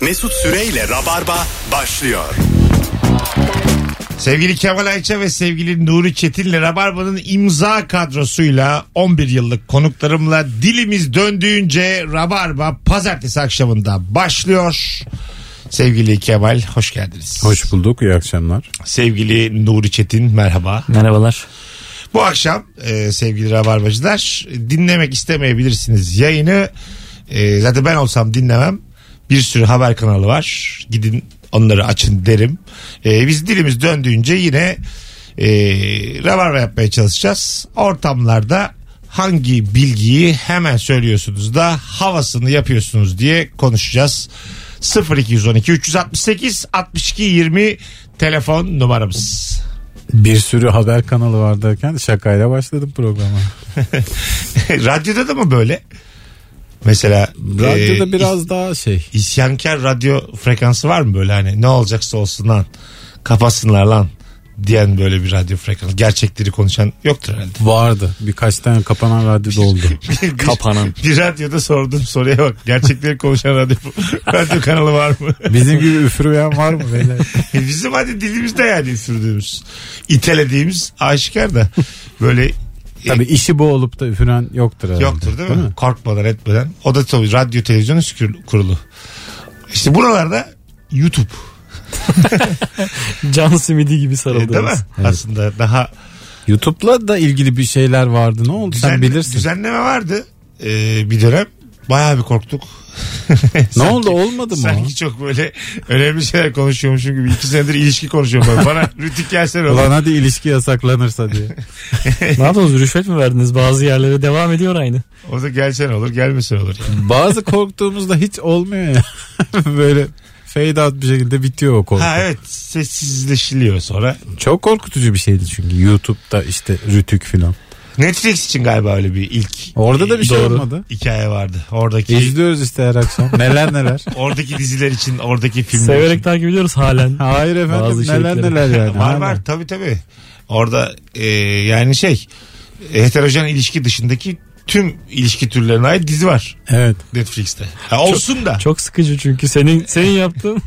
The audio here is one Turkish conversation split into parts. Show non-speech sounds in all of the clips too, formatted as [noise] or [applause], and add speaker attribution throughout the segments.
Speaker 1: Mesut Süreyle Rabarba başlıyor.
Speaker 2: Sevgili Kemal Ayça ve sevgili Nuri Çetin'le Rabarba'nın imza kadrosuyla 11 yıllık konuklarımla dilimiz döndüğünce Rabarba pazartesi akşamında başlıyor. Sevgili Kemal hoş geldiniz.
Speaker 3: Hoş bulduk. iyi akşamlar.
Speaker 2: Sevgili Nuri Çetin merhaba.
Speaker 4: Merhabalar.
Speaker 2: Bu akşam e, sevgili Rabarbacılar dinlemek istemeyebilirsiniz yayını. E, zaten ben olsam dinlemem. Bir sürü haber kanalı var. Gidin onları açın derim. E, biz dilimiz döndüğünce yine e, Rabarba yapmaya çalışacağız. Ortamlarda hangi bilgiyi hemen söylüyorsunuz da havasını yapıyorsunuz diye konuşacağız. 0212 368 62 20 telefon numaramız.
Speaker 3: Bir sürü haber kanalı var derken şakayla başladım programa.
Speaker 2: [laughs] Radyoda da mı böyle? Mesela
Speaker 3: Radyoda
Speaker 2: e,
Speaker 3: biraz daha şey.
Speaker 2: is- isyankar radyo frekansı var mı böyle hani ne olacaksa olsun lan kapatsınlar lan diyen böyle bir radyo frekansı gerçekleri konuşan yoktur herhalde. [laughs]
Speaker 3: Vardı. Birkaç tane kapanan radyoda oldu.
Speaker 2: Bir-
Speaker 4: Kapanan.
Speaker 2: Bir radyoda sorduğum soruya bak. Gerçekleri konuşan radyo, [laughs] radyo kanalı var mı? [laughs]
Speaker 3: Bizim gibi üfürüyen var mı beyler?
Speaker 2: Bizim hadi dilimizde yani sürdüğümüz. itelediğimiz aşikar da böyle
Speaker 3: Tabii işi bu olup da üfüren yoktur herhalde.
Speaker 2: Yoktur değil mi? Korkmadan etmeden. O da tabii radyo televizyonu sükür- kurulu. İşte buralarda YouTube
Speaker 4: Can simidi
Speaker 2: e,
Speaker 4: gibi
Speaker 2: değil mi?
Speaker 4: sarıldınız.
Speaker 2: Aslında daha
Speaker 3: YouTube'la da ilgili bir şeyler vardı. Ne oldu sen
Speaker 2: düzen-
Speaker 3: bilirsin.
Speaker 2: düzenleme vardı e, bir dönem. Bayağı bir korktuk.
Speaker 3: [laughs] Ne oldu olmadı mı?
Speaker 2: Sanki çok böyle önemli şeyler konuşuyormuşum gibi. iki senedir ilişki konuşuyorum. ben.
Speaker 3: [laughs]
Speaker 2: Bana rütük gelsene
Speaker 3: o?
Speaker 2: oğlum.
Speaker 3: Ulan hadi ilişki yasaklanırsa diye.
Speaker 4: ne yaptınız rüşvet mi verdiniz bazı yerlere devam ediyor aynı.
Speaker 2: O da gelsene olur gelmesen olur.
Speaker 3: Bazı korktuğumuzda hiç olmuyor ya. [laughs] Böyle fade out bir şekilde bitiyor o korku.
Speaker 2: Ha evet sessizleşiliyor sonra.
Speaker 3: Çok korkutucu bir şeydi çünkü YouTube'da işte rütük filan.
Speaker 2: Netflix için galiba öyle bir ilk
Speaker 3: Orada da bir şey
Speaker 4: Doğru.
Speaker 3: olmadı.
Speaker 2: hikaye vardı. Oradaki
Speaker 3: İzliyoruz işte her akşam.
Speaker 2: [laughs]
Speaker 3: Neler neler.
Speaker 2: oradaki diziler için oradaki filmler için.
Speaker 4: Severek takip ediyoruz halen.
Speaker 3: Hayır efendim
Speaker 4: Bazı
Speaker 3: neler
Speaker 4: içerikleri.
Speaker 3: neler yani.
Speaker 2: Var
Speaker 3: Hala.
Speaker 2: var tabii tabii. Orada e, yani şey heterojen ilişki dışındaki tüm ilişki türlerine ait dizi var
Speaker 3: Evet.
Speaker 2: Netflix'te. Ha, olsun da.
Speaker 4: Çok sıkıcı çünkü senin senin [laughs] yaptığın.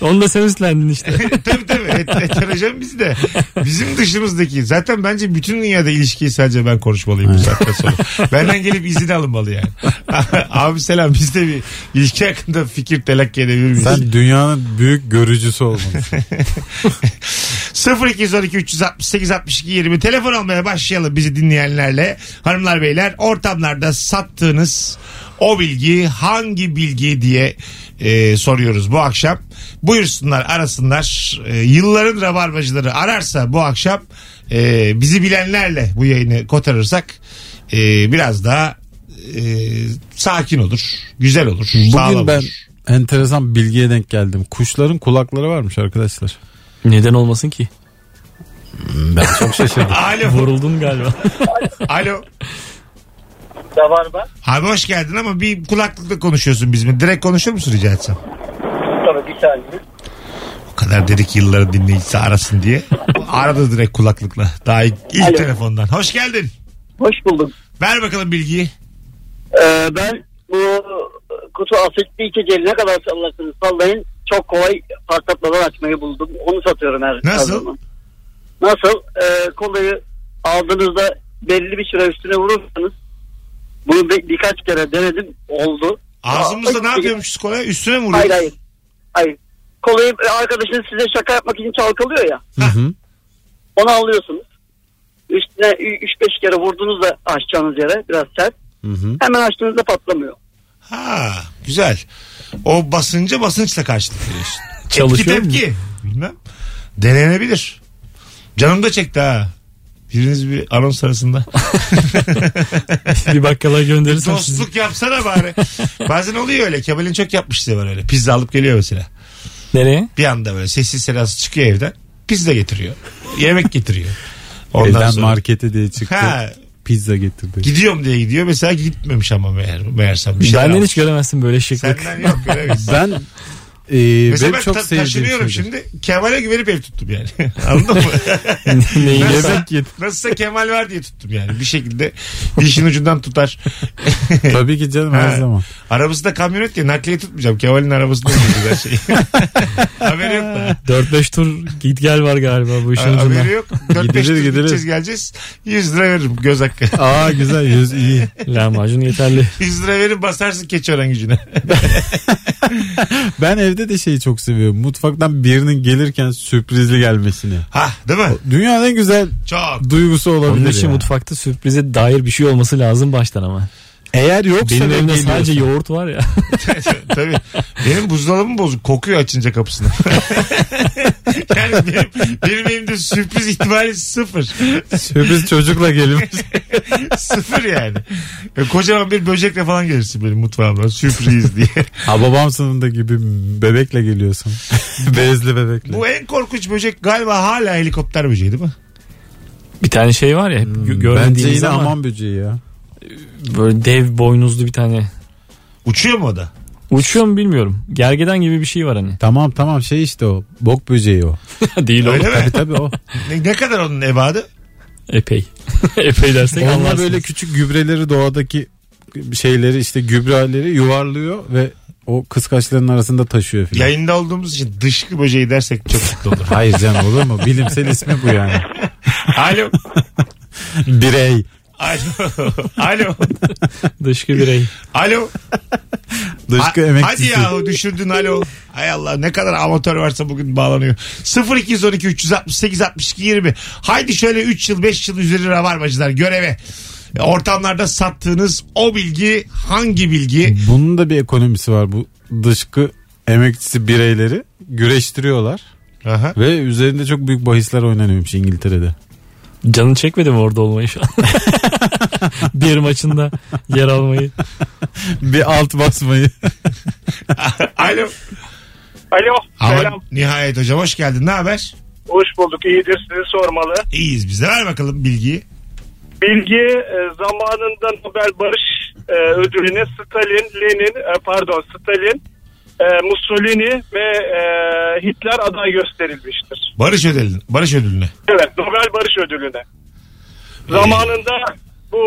Speaker 4: Onu da sen üstlendin işte.
Speaker 2: tabii tabii het- heterojen biz de. Bizim dışımızdaki. Zaten bence bütün dünyada ilişkiyi sadece ben konuşmalıyım bu saatten sonra. Benden gelip izin alınmalı yani. [laughs] Abi selam biz de bir ilişki hakkında fikir telakki edebilir miyiz?
Speaker 3: Sen dünyanın büyük
Speaker 2: [laughs]
Speaker 3: görücüsü olmalısın.
Speaker 2: 0212 368 62 20 telefon almaya başlayalım bizi dinleyenlerle. Hanımlar beyler ortamlarda sattığınız o bilgi hangi bilgi diye e, soruyoruz bu akşam. Buyursunlar arasınlar. E, yılların rabarbacıları ararsa bu akşam e, bizi bilenlerle bu yayını kotarırsak e, biraz daha e, sakin olur. Güzel olur. sağlam
Speaker 3: Bugün ben
Speaker 2: olur.
Speaker 3: enteresan bilgiye denk geldim. Kuşların kulakları varmış arkadaşlar.
Speaker 4: Neden olmasın ki?
Speaker 3: Ben çok şaşırdım.
Speaker 2: Alo.
Speaker 4: Vuruldun [laughs] galiba.
Speaker 2: Alo.
Speaker 5: Rabarba.
Speaker 2: Abi hoş geldin ama bir kulaklıkla konuşuyorsun bizimle. Direkt konuşur musun rica etsem?
Speaker 5: Tabii bir saniye.
Speaker 2: O kadar dedik yılların dinleyicisi arasın diye. Aradı direkt kulaklıkla. Daha ilk, ilk
Speaker 5: Alo.
Speaker 2: telefondan. Hoş geldin.
Speaker 5: Hoş bulduk.
Speaker 2: Ver bakalım bilgiyi.
Speaker 5: Ee, ben bu kutu asitli içeceği ne kadar sallarsanız sallayın çok kolay patlatmadan açmayı buldum. Onu satıyorum her her
Speaker 2: Nasıl?
Speaker 5: zaman. Nasıl? Ee, kolayı aldığınızda belli bir süre üstüne vurursanız bunu bir- birkaç kere denedim oldu.
Speaker 2: Ağzımızda
Speaker 5: Aa,
Speaker 2: ne yapıyormuşuz kolaya? Üstüne mi
Speaker 5: Hayır
Speaker 2: vuruyoruz?
Speaker 5: hayır. Hayır. Kolayı arkadaşınız size şaka yapmak için çalkalıyor ya.
Speaker 3: Hı hı.
Speaker 5: Onu alıyorsunuz. Üstüne 3-5 kere vurduğunuzda açacağınız yere biraz sert.
Speaker 3: Hı hı.
Speaker 5: Hemen açtığınızda patlamıyor.
Speaker 2: Ha, güzel. O basınca basınçla karşılık veriyorsun.
Speaker 4: Çalışıyor
Speaker 2: Etki tepki. Bilmem. Denenebilir. Canım da çekti ha. Biriniz bir anons arasında.
Speaker 4: Bir bakkala gönderirsem
Speaker 2: [laughs]
Speaker 4: sizi.
Speaker 2: Dostluk yapsana bari. Bazen oluyor öyle. Kemal'in çok yapmıştı var öyle. Pizza alıp geliyor mesela.
Speaker 4: Nereye?
Speaker 2: Bir anda böyle sessiz sedasız çıkıyor evden. Pizza getiriyor. Yemek getiriyor. Ondan
Speaker 3: Elden
Speaker 2: sonra
Speaker 3: markete diye çıktı.
Speaker 2: Ha.
Speaker 3: Pizza getirdi.
Speaker 2: gidiyorum diye gidiyor. Mesela gitmemiş ama meğer, meğersem. Bir şeyler
Speaker 4: Benden
Speaker 2: almış.
Speaker 4: hiç göremezsin böyle şıklık.
Speaker 3: [laughs]
Speaker 2: Senden yok göremeyiz.
Speaker 3: Ben e,
Speaker 2: Mesela
Speaker 3: benim
Speaker 2: ben
Speaker 3: çok
Speaker 2: ta-
Speaker 3: sevdiğim
Speaker 2: taşınıyorum
Speaker 3: şeydir.
Speaker 2: şimdi. Kemal'e güvenip ev tuttum yani. [laughs] Anladın
Speaker 3: [laughs]
Speaker 2: mı?
Speaker 4: [laughs] Neyi
Speaker 2: Nasıl-
Speaker 4: yemek yedi.
Speaker 2: Nasılsa Kemal var diye tuttum yani. Bir şekilde dişin ucundan tutar. [laughs]
Speaker 3: Tabii ki canım
Speaker 2: Ha. [laughs]
Speaker 3: her zaman.
Speaker 2: Arabası da kamyonet ya nakliye tutmayacağım. Kemal'in arabasında gideceğiz her şeyi. [laughs] haberi yok da.
Speaker 4: 4-5 tur git gel var galiba bu işin
Speaker 2: Ha, haberi
Speaker 4: ucunda.
Speaker 2: yok. 4-5
Speaker 3: Gidilir,
Speaker 2: tur
Speaker 3: gidilir.
Speaker 2: gideceğiz geleceğiz. 100 lira veririm göz hakkı. [laughs]
Speaker 3: Aa güzel yüz iyi.
Speaker 4: Lahmacun [laughs] yeterli.
Speaker 2: 100 lira verin basarsın keçiören gücüne. [laughs]
Speaker 3: Ben evde de şeyi çok seviyorum. Mutfaktan birinin gelirken sürprizli gelmesini.
Speaker 2: ha değil mi?
Speaker 3: Dünyanın en [laughs] güzel
Speaker 2: Çok. [laughs]
Speaker 3: duygusu olabilir.
Speaker 4: Onun için
Speaker 3: ya.
Speaker 4: mutfakta sürprize dair bir şey olması lazım baştan ama.
Speaker 3: Eğer yoksa
Speaker 4: Benim
Speaker 3: ve
Speaker 4: evimde
Speaker 3: geliyorsa-
Speaker 4: sadece yoğurt var ya. [laughs]
Speaker 2: Tabii. Benim buzdolabım bozuk. Kokuyor açınca kapısını. [laughs] yani benim, benim elimde sürpriz ihtimali sıfır.
Speaker 3: sürpriz çocukla gelir.
Speaker 2: sıfır yani. E, Kocaman bir böcekle falan gelirsin benim mutfağıma. Sürpriz diye.
Speaker 3: ha babam sınıfında gibi bebekle geliyorsun. [laughs] Bezli bebekle.
Speaker 2: Bu en korkunç böcek galiba hala helikopter böceği değil mi?
Speaker 4: bir tane şey var ya hep gö-
Speaker 3: Hmm. Bence
Speaker 4: görmediğiniz
Speaker 3: yine
Speaker 4: ama
Speaker 3: aman böceği ya.
Speaker 4: böyle dev boynuzlu bir tane.
Speaker 2: Uçuyor mu o da?
Speaker 4: Uçuyor mu bilmiyorum. Gergedan gibi bir şey var hani.
Speaker 3: Tamam tamam şey işte o. Bok böceği o.
Speaker 4: [laughs] Değil
Speaker 2: Öyle
Speaker 4: oğlum.
Speaker 2: mi?
Speaker 3: Tabii tabii [laughs] o.
Speaker 2: Ne, ne kadar onun ebadı?
Speaker 4: [laughs] Epey. [laughs] Epey dersek
Speaker 3: Onlar
Speaker 4: anlarsınız.
Speaker 3: böyle küçük gübreleri doğadaki şeyleri işte gübreleri yuvarlıyor ve o kıskaçların arasında taşıyor filan.
Speaker 2: Yayında olduğumuz için dışkı böceği dersek çok
Speaker 3: [laughs]
Speaker 2: mutlu olurum.
Speaker 3: Hayır canım olur mu? Bilimsel ismi bu yani.
Speaker 2: Alo.
Speaker 3: [laughs] Birey.
Speaker 2: Alo. [laughs] Alo.
Speaker 4: Dışkı birey.
Speaker 2: Alo.
Speaker 3: Dışkı
Speaker 2: Ha- Hadi
Speaker 3: emekçisi.
Speaker 2: yahu düşürdün alo. Hay Allah ne kadar amatör varsa bugün bağlanıyor. 0212 368 62 20. Haydi şöyle 3 yıl 5 yıl üzeri rabarbacılar göreve. E, Ortamlarda sattığınız o bilgi hangi bilgi?
Speaker 3: Bunun da bir ekonomisi var. Bu dışkı emekçisi bireyleri güreştiriyorlar
Speaker 2: Aha.
Speaker 3: ve üzerinde çok büyük bahisler oynanıyormuş İngiltere'de.
Speaker 4: Canın çekmedi mi orada olmayı [laughs] şu an? bir maçında yer almayı.
Speaker 3: [laughs] bir alt basmayı.
Speaker 2: Alo.
Speaker 6: Alo.
Speaker 2: Ama
Speaker 6: Selam.
Speaker 2: nihayet hocam hoş geldin. Ne haber?
Speaker 6: Hoş bulduk. İyidir. Sizi sormalı.
Speaker 2: İyiyiz biz de. Ver bakalım bilgiyi.
Speaker 6: Bilgi e, zamanında Nobel Barış e, ödülüne Stalin, Lenin, e, pardon Stalin, e, Mussolini ve e, Hitler aday gösterilmiştir.
Speaker 2: Barış ödülüne. Barış ödülüne.
Speaker 6: Evet. Nobel Barış ödülüne. Zamanında bu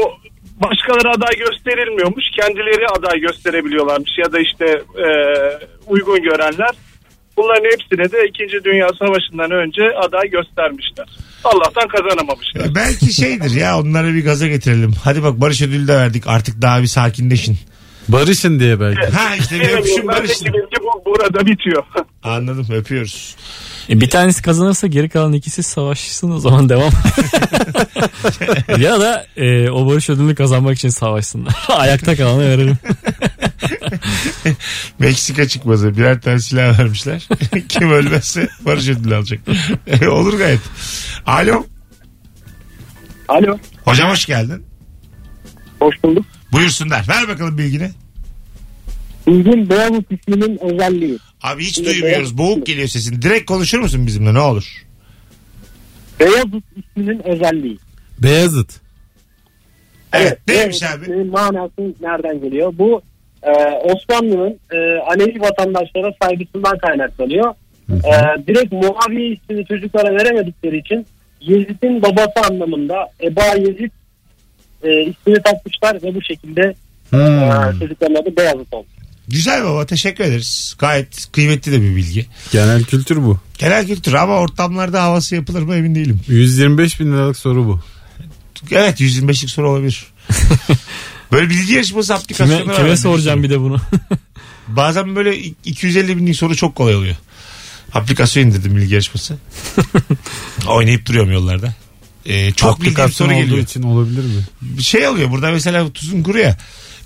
Speaker 6: başkaları aday gösterilmiyormuş. Kendileri aday gösterebiliyorlarmış ya da işte e, uygun görenler. Bunların hepsine de 2. Dünya Savaşı'ndan önce aday göstermişler. Allah'tan kazanamamışlar.
Speaker 2: Ya Belki şeydir ya onları bir gaza getirelim. Hadi bak Barış ödülü de verdik artık daha bir sakinleşin.
Speaker 3: Barışın diye belki.
Speaker 2: Ha işte bir
Speaker 6: Evet,
Speaker 2: öpüşün barışın.
Speaker 6: bendeki bilgi bu, burada bitiyor. [laughs]
Speaker 2: Anladım öpüyoruz.
Speaker 4: E, bir tanesi kazanırsa geri kalan ikisi savaşsın o zaman [laughs] devam. ya da e, o barış ödülünü kazanmak için savaşsınlar. [laughs] Ayakta kalanı verelim.
Speaker 2: Meksika çıkmazı birer tane silah vermişler. [laughs] Kim ölmezse barış ödülü alacak. [laughs] Olur gayet. Alo.
Speaker 6: Alo.
Speaker 2: Hocam hoş geldin.
Speaker 7: Hoş bulduk.
Speaker 2: Buyursunlar. Ver bakalım bilgini.
Speaker 7: Bilgin Beyoğlu isminin özelliği.
Speaker 2: Abi hiç duymuyoruz. Boğuk geliyor sesin. Direkt konuşur musun bizimle ne olur?
Speaker 7: Beyazıt isminin özelliği.
Speaker 3: Beyazıt.
Speaker 2: Evet. Neymiş
Speaker 7: Beyazıt
Speaker 2: abi?
Speaker 7: isminin Manası nereden geliyor? Bu e, Osmanlı'nın e, Alevi vatandaşlara saygısından kaynaklanıyor. E, direkt Muaviye ismini çocuklara veremedikleri için Yezid'in babası anlamında Eba Yezid e, ismini takmışlar ve bu şekilde e,
Speaker 2: Hmm.
Speaker 7: çocukların adı Beyazıt oldu.
Speaker 2: Güzel baba teşekkür ederiz. Gayet kıymetli de bir bilgi.
Speaker 3: Genel kültür bu.
Speaker 2: Genel kültür ama ortamlarda havası yapılır mı emin değilim.
Speaker 3: 125 bin liralık soru bu.
Speaker 2: Evet 125'lik soru olabilir. Böyle bilgi yarışması aplikasyonları
Speaker 4: Kime,
Speaker 2: var.
Speaker 4: kime soracağım bir de bunu?
Speaker 2: Bazen böyle 250 binlik soru çok kolay oluyor. Aplikasyon indirdim bilgi yarışması. Oynayıp duruyorum yollarda. Ee, çok bildiğim
Speaker 3: Aplikasyon
Speaker 2: soru
Speaker 3: olduğu
Speaker 2: geliyor.
Speaker 3: için olabilir mi?
Speaker 2: Bir şey oluyor burada mesela tuzun kuru ya.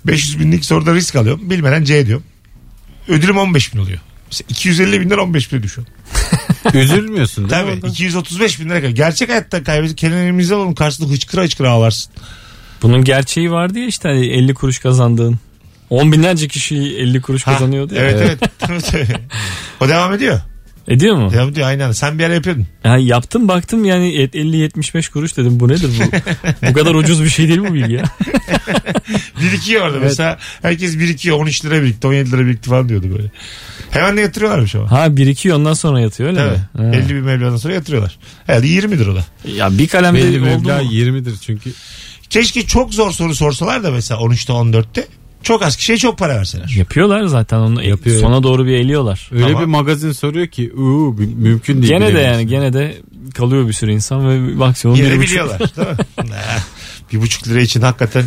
Speaker 2: 500 binlik soruda risk alıyorum. Bilmeden C diyorum. Ödülüm 15 bin oluyor. Mesela 250 binden 15 bine düşüyor.
Speaker 3: [laughs] Üzülmüyorsun değil mi?
Speaker 2: Tabii 235 bin lira kadar. Gerçek hayatta kaybedip kenarımızda oğlum karşısında hıçkıra hıçkıra ağlarsın.
Speaker 4: Bunun gerçeği vardı ya işte hani 50 kuruş kazandığın. 10 binlerce kişi 50 kuruş
Speaker 2: Ha,
Speaker 4: kazanıyordu ya.
Speaker 2: Evet [laughs] evet. o devam ediyor.
Speaker 4: Ediyor mu?
Speaker 2: Devam ediyor aynen. Sen bir ara yapıyordun.
Speaker 4: Ya yaptım baktım yani et- 50-75 kuruş dedim bu nedir bu? bu kadar ucuz bir şey değil bu bilgi ya.
Speaker 2: Birikiyor orada mesela. Herkes birikiyor. 13 lira birikti, 17 lira birikti falan diyordu böyle. Hemen de yatırıyorlarmış ama.
Speaker 4: Ha birikiyor ondan sonra yatıyor öyle
Speaker 2: Evet.
Speaker 4: mi? Ha.
Speaker 2: Belli bir meblağdan sonra yatırıyorlar. Herhalde 20 lira o da.
Speaker 4: Ya bir kalemde
Speaker 3: Belli
Speaker 4: oldu
Speaker 3: meblağ
Speaker 4: mu?
Speaker 3: 20'dir çünkü.
Speaker 2: Keşke çok zor soru sorsalar da mesela 13'te 14'te çok az kişiye çok para verseler.
Speaker 4: Yapıyorlar zaten onu
Speaker 3: Yapıyor.
Speaker 4: sona doğru bir eliyorlar.
Speaker 3: Öyle
Speaker 2: Tamam.
Speaker 3: bir magazin soruyor ki uuu mü- mümkün değil.
Speaker 4: Gene de
Speaker 3: bilemiyorum.
Speaker 4: yani gene de kalıyor bir sürü insan ve maksimum
Speaker 2: Yine
Speaker 4: bir buçuk-
Speaker 2: biliyorlar değil
Speaker 4: [laughs]
Speaker 2: mi? Eh, bir buçuk lira için hakikaten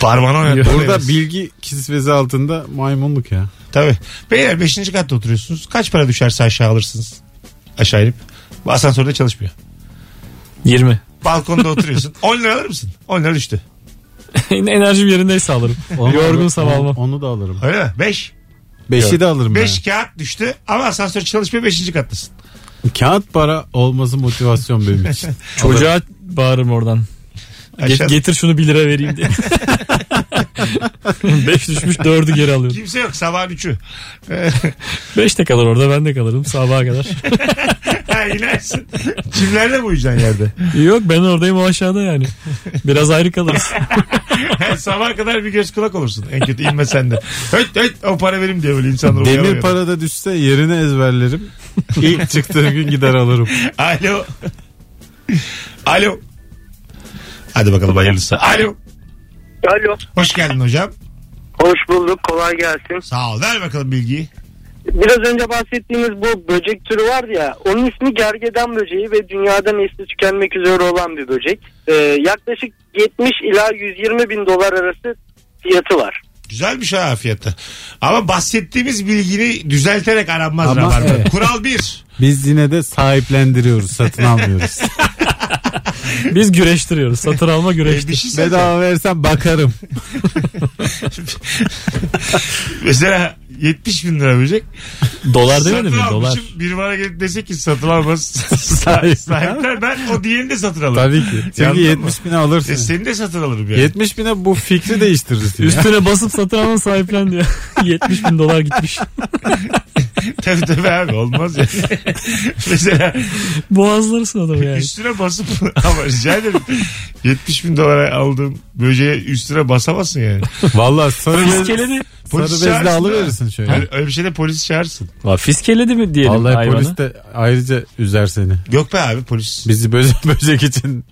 Speaker 2: parmağını oynatma.
Speaker 3: Burada bilgi kisvesi altında maymunluk ya.
Speaker 2: Tabii. Beyler 5. katta oturuyorsunuz. Kaç para düşerse aşağı alırsınız. Aşağı inip. Bu Asansörde çalışmıyor.
Speaker 4: 20.
Speaker 2: Balkonda oturuyorsun. 10 lira alır mısın? 10 lira düştü.
Speaker 4: [laughs] Enerjim yerindeyse alırım. Yorgunsam
Speaker 3: onu,
Speaker 4: almam.
Speaker 3: Onu da alırım.
Speaker 2: Öyle mi? 5.
Speaker 3: Beşi de alırım
Speaker 2: 5 kağıt düştü ama asansör çalışmıyor 5. kattasın.
Speaker 3: ben. Kağıt para olması motivasyon benim için.
Speaker 2: [laughs]
Speaker 4: Çocuğa bağırırım oradan. Get-
Speaker 2: Aşağı-
Speaker 4: getir şunu 1 lira
Speaker 2: [laughs]
Speaker 4: vereyim diye. 5 düşmüş 4'ü geri alıyorum.
Speaker 2: Kimse yok sabahın 3'ü.
Speaker 4: 5 de kalır orada ben de kalırım sabaha kadar.
Speaker 2: [laughs] Ha inersin. Kimlerle bu uyuyacaksın [laughs] yerde?
Speaker 4: Yok ben oradayım o aşağıda yani. Biraz ayrı kalırız.
Speaker 2: Sabah kadar bir göz kulak olursun. En kötü inme sen de. Höt höt o para benim diye böyle insanlar
Speaker 3: Demir
Speaker 2: uyarıyor.
Speaker 3: parada düşse yerine [laughs] ezberlerim. İlk çıktığım gün gider alırım.
Speaker 2: Alo. Alo. Hadi bakalım hayırlısı. Alo.
Speaker 7: Alo.
Speaker 2: Hoş geldin hocam.
Speaker 7: Hoş bulduk. Kolay gelsin.
Speaker 2: Sağ ol. Ver bakalım bilgiyi.
Speaker 7: Biraz önce bahsettiğimiz bu böcek türü var ya. Onun ismi gergedan böceği ve dünyada nesli tükenmek üzere olan bir böcek. Ee, yaklaşık 70 ila 120 bin dolar arası fiyatı var.
Speaker 2: Güzelmiş ha fiyatı. Ama bahsettiğimiz bilgini düzelterek aranmaz
Speaker 3: Ama
Speaker 2: Rabarba.
Speaker 3: evet.
Speaker 2: Kural bir.
Speaker 3: Biz yine de sahiplendiriyoruz satın [laughs] almıyoruz.
Speaker 4: Biz güreştiriyoruz. Satın alma
Speaker 2: Ee, bir
Speaker 4: güreştir.
Speaker 2: şey söyleyeceğim.
Speaker 3: Bedava versen bakarım.
Speaker 2: Mesela 70 bin lira verecek.
Speaker 4: Dolar demedin mi?
Speaker 2: Satın
Speaker 4: Dolar.
Speaker 2: şey- almışım. Biri bana gelip dese ki satın almaz.
Speaker 4: [laughs]
Speaker 2: Sahipler ben o diğerini de satın alırım.
Speaker 3: Tabii ki.
Speaker 2: Yandın mı?
Speaker 3: Çünkü 70 bine alırsın.
Speaker 2: E, seni de satın alırım yani.
Speaker 3: 70 bine bu fikri değiştiririz. ya.
Speaker 4: Üstüne basıp satın alan sahiplen diyor. [laughs] 70 bin dolar gitmiş.
Speaker 2: [laughs] tabii tabii abi olmaz
Speaker 4: [laughs]
Speaker 2: yani. Mesela
Speaker 4: Boğazlarsın adamı yani.
Speaker 2: üstüne basıp [laughs] ama rica ederim 70 bin dolara aldığım böceğe üstüne basamazsın yani.
Speaker 3: Vallahi sarı, bez,
Speaker 4: Fiskeledi.
Speaker 3: sarı
Speaker 2: Polis
Speaker 3: bezle
Speaker 2: çağırsın
Speaker 3: alıverirsin şöyle.
Speaker 2: Hani öyle bir şeyde polis çağırsın.
Speaker 4: Ulan Fiskeledi mi diyelim
Speaker 3: Vallahi
Speaker 4: hayvanı?
Speaker 3: polis de ayrıca üzer seni.
Speaker 2: Yok be abi polis.
Speaker 3: Bizi böcek, [laughs] böcek için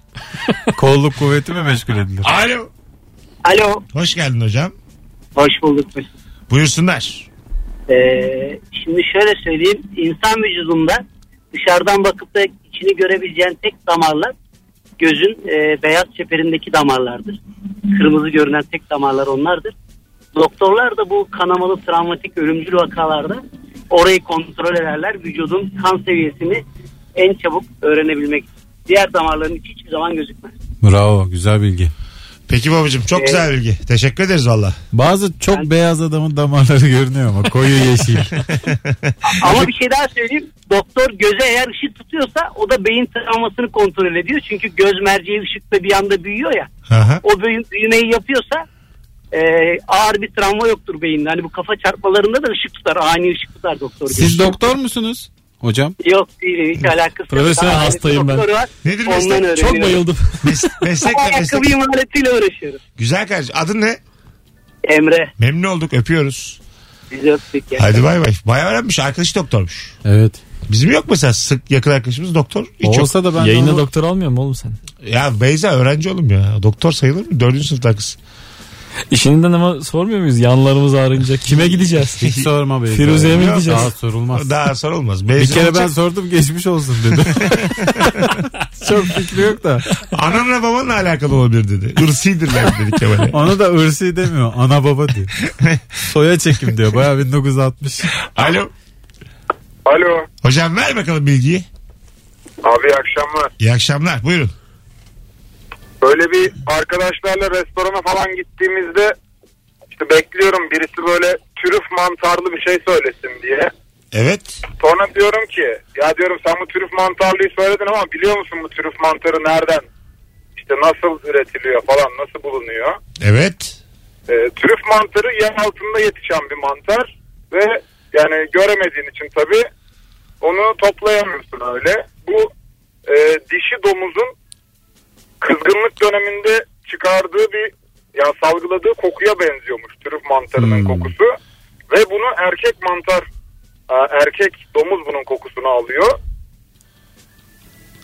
Speaker 3: kolluk kuvveti mi meşgul edilir?
Speaker 2: Alo.
Speaker 7: Alo.
Speaker 2: Hoş geldin hocam.
Speaker 7: Hoş bulduk.
Speaker 2: Buyursunlar.
Speaker 7: Ee, şimdi şöyle söyleyeyim. İnsan vücudunda dışarıdan bakıp da içini görebileceğin tek damarlar gözün e, beyaz çeperindeki damarlardır. Kırmızı görünen tek damarlar onlardır. Doktorlar da bu kanamalı travmatik ölümcül vakalarda orayı kontrol ederler. Vücudun kan seviyesini en çabuk öğrenebilmek için. Diğer damarların içi hiçbir zaman gözükmez.
Speaker 3: Bravo güzel bilgi.
Speaker 2: Peki babacığım çok güzel bilgi. Teşekkür ederiz valla.
Speaker 3: Bazı çok beyaz adamın damarları görünüyor ama koyu yeşil. [laughs]
Speaker 7: Ama bir şey daha söyleyeyim. Doktor göze eğer ışık tutuyorsa o da beyin travmasını kontrol ediyor. Çünkü göz merceği ışıkta bir anda büyüyor ya.
Speaker 2: Aha.
Speaker 7: O büyü- büyümeyi yapıyorsa e, ağır bir travma yoktur beyinde. Hani bu kafa çarpmalarında da ışık tutar. Ani ışık tutar doktor.
Speaker 3: Siz doktor musunuz? Hocam.
Speaker 7: Yok değil hiç alakası yok.
Speaker 4: Profesyonel
Speaker 7: Daha
Speaker 4: hastayım ben.
Speaker 7: doktoru var.
Speaker 2: Nedir
Speaker 7: Ondan
Speaker 2: meslek?
Speaker 7: öğreniyorum.
Speaker 4: Çok bayıldım.
Speaker 2: Mes- meslek
Speaker 7: Ama
Speaker 2: de meslek.
Speaker 7: ayakkabı imaletiyle uğraşıyorum.
Speaker 2: Güzel kardeşim. Adın ne?
Speaker 7: Emre.
Speaker 2: Memnun olduk öpüyoruz.
Speaker 7: Bizi öptük ya.
Speaker 2: Hadi bay bay. Bayağı öğrenmiş. Arkadaşı doktormuş.
Speaker 3: Evet.
Speaker 2: Bizim yok mesela sık yakın arkadaşımız doktor. Hiç yok.
Speaker 3: Olsa da ben
Speaker 4: Yayına
Speaker 3: de onu-
Speaker 4: [laughs] doktor almıyor mu oğlum sen?
Speaker 2: Ya Beyza öğrenci oğlum ya. Doktor sayılır mı? Dördüncü sınıfta kız.
Speaker 4: İşinden ama sormuyor muyuz? Yanlarımız ağrınca
Speaker 3: [laughs]
Speaker 4: kime gideceğiz?
Speaker 3: hiç sorma beyler.
Speaker 4: Firuze'ye mi
Speaker 3: Yok,
Speaker 4: gideceğiz?
Speaker 3: Daha sorulmaz.
Speaker 2: Daha sorulmaz.
Speaker 3: bir
Speaker 2: Beyza
Speaker 3: kere ben
Speaker 2: olacak.
Speaker 3: sordum geçmiş olsun
Speaker 4: [laughs]
Speaker 3: dedi. Çok fikri yok da.
Speaker 2: Ananla babanla alakalı olabilir dedi. Irsıydılar dedi Kemal'e.
Speaker 3: [laughs] Ona da ırsi demiyor. Ana baba diyor. Soya çekim diyor. Baya 1960.
Speaker 2: Alo.
Speaker 8: Alo.
Speaker 2: Hocam ver bakalım bilgiyi.
Speaker 8: Abi iyi akşamlar.
Speaker 2: İyi akşamlar. Buyurun.
Speaker 8: Böyle bir arkadaşlarla restorana falan gittiğimizde işte bekliyorum birisi böyle trüf mantarlı bir şey söylesin diye.
Speaker 2: Evet.
Speaker 8: Sonra diyorum ki ya diyorum sen bu trüf mantarlıyı söyledin ama biliyor musun bu trüf mantarı nereden işte nasıl üretiliyor falan nasıl bulunuyor.
Speaker 2: Evet.
Speaker 8: E, trüf mantarı yer altında yetişen bir mantar ve yani göremediğin için tabi onu toplayamıyorsun öyle. Bu e, dişi domuzun kızgınlık döneminde çıkardığı bir ya salgıladığı kokuya benziyormuş trüf mantarının kokusu ve bunu erkek mantar Aa, Erkek domuz bunun kokusunu alıyor.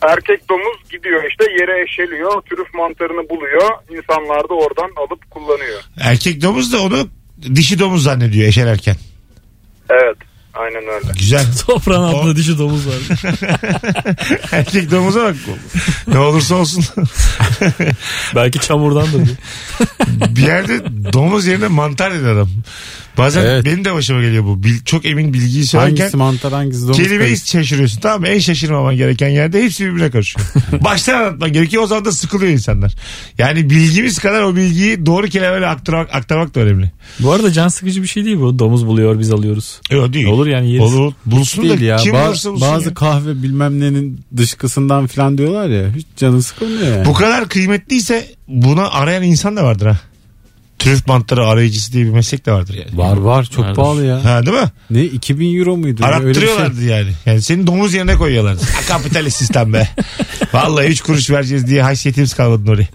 Speaker 8: Erkek domuz gidiyor işte yere eşeliyor. Türüf mantarını buluyor. İnsanlar da oradan alıp kullanıyor.
Speaker 2: Erkek domuz da onu dişi domuz zannediyor eşelerken.
Speaker 8: Evet. Aynen öyle.
Speaker 2: Güzel. [laughs]
Speaker 4: Toprağın altında dişi domuz var.
Speaker 2: Erkek domuza bak. Ne olursa olsun.
Speaker 4: Belki çamurdandır. diye.
Speaker 2: bir yerde domuz yerine mantar dedi adam. Bazen
Speaker 3: Evet.
Speaker 2: benim de başıma geliyor bu. Bil- çok emin bilgiyi söylerken
Speaker 3: Hangisi mantar hangisi domuz?
Speaker 2: kelimeyi
Speaker 3: karışık.
Speaker 2: şaşırıyorsun tamam mı? En şaşırmaman gereken yerde hepsi birbirine
Speaker 3: [laughs]
Speaker 2: karışıyor. Baştan anlatman gerekiyor o zaman da sıkılıyor insanlar. Yani bilgimiz kadar o bilgiyi doğru kelimeyle aktarmak, aktarmak da önemli.
Speaker 4: Bu arada can sıkıcı bir şey değil bu. Domuz buluyor biz alıyoruz.
Speaker 2: Yok E, değil.
Speaker 4: Olur yani yeriz.
Speaker 2: Olur. Bulsun
Speaker 3: Değil
Speaker 2: da
Speaker 3: ya.
Speaker 2: kim
Speaker 3: ba-
Speaker 2: bulursa bulsun
Speaker 3: bazı
Speaker 2: ya.
Speaker 3: kahve bilmem nenin dışkısından falan diyorlar ya. Hiç canın sıkılmıyor yani.
Speaker 2: Bu kadar kıymetliyse buna arayan insan da vardır ha. Trüf bantları arayıcısı diye bir meslek de vardır yani.
Speaker 3: Var var çok
Speaker 4: Vardır.
Speaker 3: pahalı ya.
Speaker 2: Ha değil mi?
Speaker 3: Ne 2000 euro muydu? ya? Öyle bir şey.
Speaker 2: Arattırıyorlardı yani. Yani seni domuz yerine koyuyorlardı. [laughs] Ha, kapitalist sistem
Speaker 3: [laughs]
Speaker 2: be. Vallahi 3 kuruş vereceğiz diye haysiyetimiz kalmadı Nuri.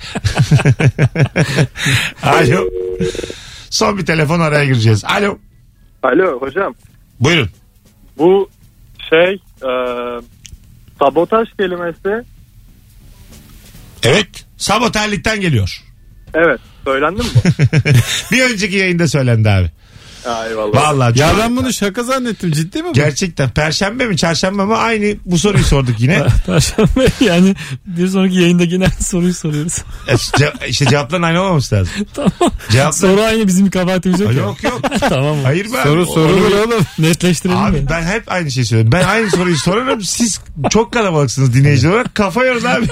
Speaker 2: Alo. Son bir telefon araya gireceğiz. Alo.
Speaker 9: Alo hocam.
Speaker 2: Buyurun.
Speaker 9: Bu şey e, sabotaj kelimesi
Speaker 2: Evet. Saboterlikten geliyor. [laughs]
Speaker 9: evet söylendi mi bu?
Speaker 2: bir önceki yayında söylendi abi.
Speaker 9: Ya, Eyvallah.
Speaker 2: Vallahi.
Speaker 3: Ya
Speaker 2: çok-
Speaker 3: ben bunu şaka zannettim ciddi mi bu?
Speaker 2: Gerçekten perşembe mi çarşamba mı aynı bu soruyu sorduk
Speaker 3: [laughs]
Speaker 2: yine.
Speaker 4: Perşembe yani bir sonraki yayında gene [laughs] aynı soruyu soruyoruz.
Speaker 2: E, ce- işte cevapların aynı olmaması lazım.
Speaker 4: tamam.
Speaker 2: Cevaplar...
Speaker 4: Soru aynı bizim bir kabahatimiz yok. ya.
Speaker 2: Yok yok.
Speaker 4: [laughs] tamam. mı?
Speaker 2: Hayır be abi.
Speaker 3: Soru soru
Speaker 4: Onu-
Speaker 3: oğlum.
Speaker 4: Netleştirelim
Speaker 2: Abi
Speaker 4: mi?
Speaker 2: ben hep aynı şeyi söylüyorum. Ben aynı soruyu sorarım. Siz çok kalabalıksınız dinleyici olarak. Kafa yorun
Speaker 4: [laughs]
Speaker 2: abi.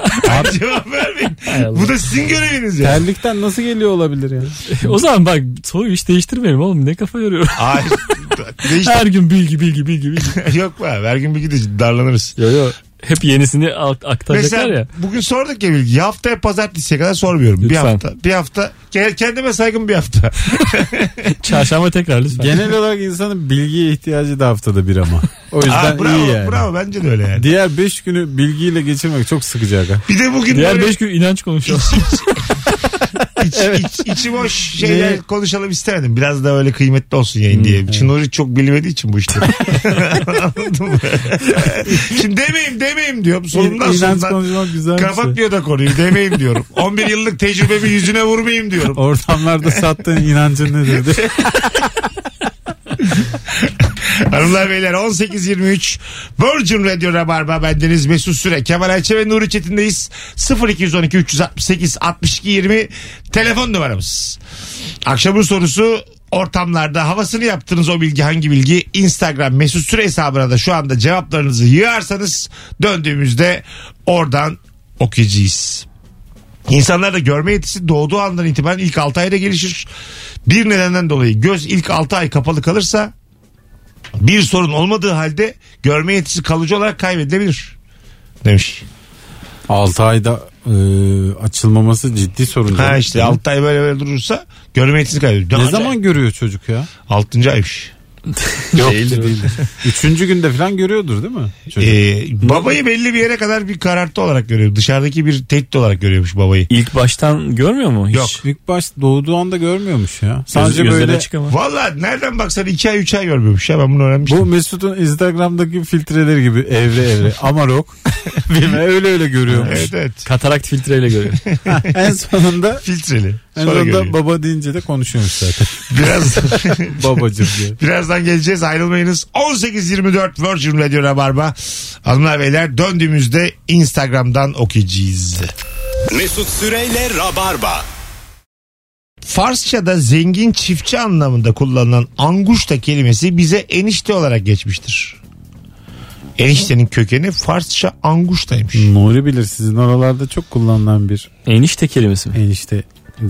Speaker 2: Cevap vermeyin.
Speaker 4: Allah.
Speaker 2: Bu da sizin göreviniz ya.
Speaker 3: Terlikten nasıl geliyor olabilir ya?
Speaker 4: O zaman bak soruyu hiç değiştirmeyelim oğlum. Ne kafa yoruyor.
Speaker 2: Hayır. Değiş
Speaker 4: Her gün bilgi bilgi bilgi
Speaker 2: [laughs]
Speaker 4: bilgi.
Speaker 2: yok be. Her gün bir gideceğiz. Darlanırız.
Speaker 4: yo yo. Hep yenisini alt- aktaracaklar
Speaker 2: Mesela
Speaker 4: ya.
Speaker 2: bugün sorduk ya bilgi. Haftaya pazartesiye kadar sormuyorum. Bir
Speaker 4: Lütfen.
Speaker 2: hafta. Bir hafta. Ke- Kendime saygım bir hafta.
Speaker 4: Çarşamba tekrar lütfen.
Speaker 3: Genel olarak insanın bilgiye ihtiyacı da haftada bir ama. O yüzden
Speaker 2: [laughs] Aa, bravo,
Speaker 3: iyi yani.
Speaker 2: bravo. Bence de öyle yani.
Speaker 3: Diğer 5 günü bilgiyle geçirmek çok sıkıcı aga.
Speaker 2: Bir de bugün
Speaker 4: Diğer
Speaker 2: böyle
Speaker 4: 5 gün inanç konuşalım.
Speaker 2: iç- iç- içi boş şeyler konuşalım istemedim. Biraz da öyle kıymetli olsun yayın diye. Çünkü Nuri çok bilmediği için bu işte. Anladın mı? Şimdi demeyim demeyim diyorum. Sonundan
Speaker 3: İnanç
Speaker 2: sonundan
Speaker 3: konuşmak güzel bir şey.
Speaker 2: kapatmıyor da konuyu demeyim diyorum. 11 yıllık tecrübemi yüzüne vurmayayım diyorum. [laughs]
Speaker 3: Ortamlarda sattığın inancın nedir? diye.
Speaker 2: [laughs] Hanımlar beyler 18.23 Virgin Radio Rabarba bendeniz Mesut Süre Kemal Ayçe ve Nuri Çetin'deyiz 0212 368 62 20 telefon numaramız akşamın sorusu ortamlarda havasını yaptığınız o bilgi hangi bilgi Instagram Mesut Süre hesabına da şu anda cevaplarınızı yığarsanız döndüğümüzde oradan okuyacağız. İnsanlarda görme yetisi doğduğu andan itibaren ilk 6 ayda gelişir. Bir nedenden dolayı göz ilk 6 ay kapalı kalırsa bir sorun olmadığı halde görme yetisi kalıcı olarak kaybedilebilir. Demiş.
Speaker 3: 6 ayda e, açılmaması ciddi sorun.
Speaker 2: Ha
Speaker 3: canım.
Speaker 2: işte 6 ay böyle böyle durursa görme yetisi kaybedilir.
Speaker 3: Ne zaman görüyor çocuk ya?
Speaker 2: 6. aymış.
Speaker 3: Yok değil. Üçüncü günde falan görüyordur değil mi? Çocuk.
Speaker 2: Ee, babayı belli bir yere kadar bir karartı olarak görüyor. Dışarıdaki bir tehdit olarak görüyormuş babayı.
Speaker 4: İlk baştan görmüyor mu hiç?
Speaker 2: Yok.
Speaker 3: İlk baş doğduğu anda görmüyormuş ya.
Speaker 4: Göz-
Speaker 3: Sadece
Speaker 4: gözleri
Speaker 3: böyle
Speaker 4: açık ama.
Speaker 2: Valla nereden baksan 2 ay 3 ay görmüyormuş ya ben bunu öğrenmiştim.
Speaker 3: bu Mesut'un Instagram'daki filtreleri gibi evre evre. Amarok. Bilmem, öyle öyle görüyormuş.
Speaker 2: Evet evet.
Speaker 4: Katarakt filtreyle görüyor.
Speaker 3: [laughs] en sonunda
Speaker 2: Filtreli.
Speaker 3: en
Speaker 2: Sonra görüyor.
Speaker 3: sonunda baba deyince de konuşuyormuş zaten. [laughs]
Speaker 2: Biraz
Speaker 3: Babacım diye.
Speaker 2: Birazdan geleceğiz ayrılmayınız. 18.24 Virgin Radio Rabarba. Hanımlar beyler döndüğümüzde Instagram'dan okuyacağız.
Speaker 1: Mesut Süreyle Rabarba.
Speaker 2: Farsça'da zengin çiftçi anlamında kullanılan anguşta kelimesi bize enişte olarak geçmiştir. Eniştenin kökeni Farsça anguştaymış.
Speaker 3: Nuri bilir sizin oralarda çok kullanılan bir
Speaker 4: enişte kelimesi mi?
Speaker 3: enişte.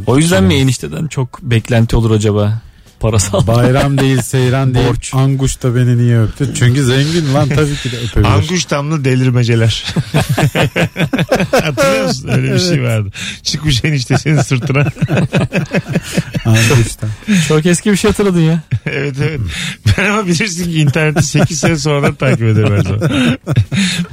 Speaker 4: O yüzden mi enişteden çok beklenti olur acaba? [laughs] Parasal.
Speaker 3: Bayram değil, seyran değil. Anguş da beni niye öptü? Çünkü zengin lan tabii ki de öpebilir.
Speaker 2: Anguştamlı delirmeceler. Hatırlıyor musun? Öyle bir şey vardı. Çıkmış enişte senin sırtına.
Speaker 3: Anguş da.
Speaker 4: çok eski bir şey
Speaker 3: [laughs]
Speaker 4: hatırladın ya.
Speaker 2: evet evet. Ben ama bilirsin ki interneti 8 sene sonradan takip ederim [laughs] her zaman.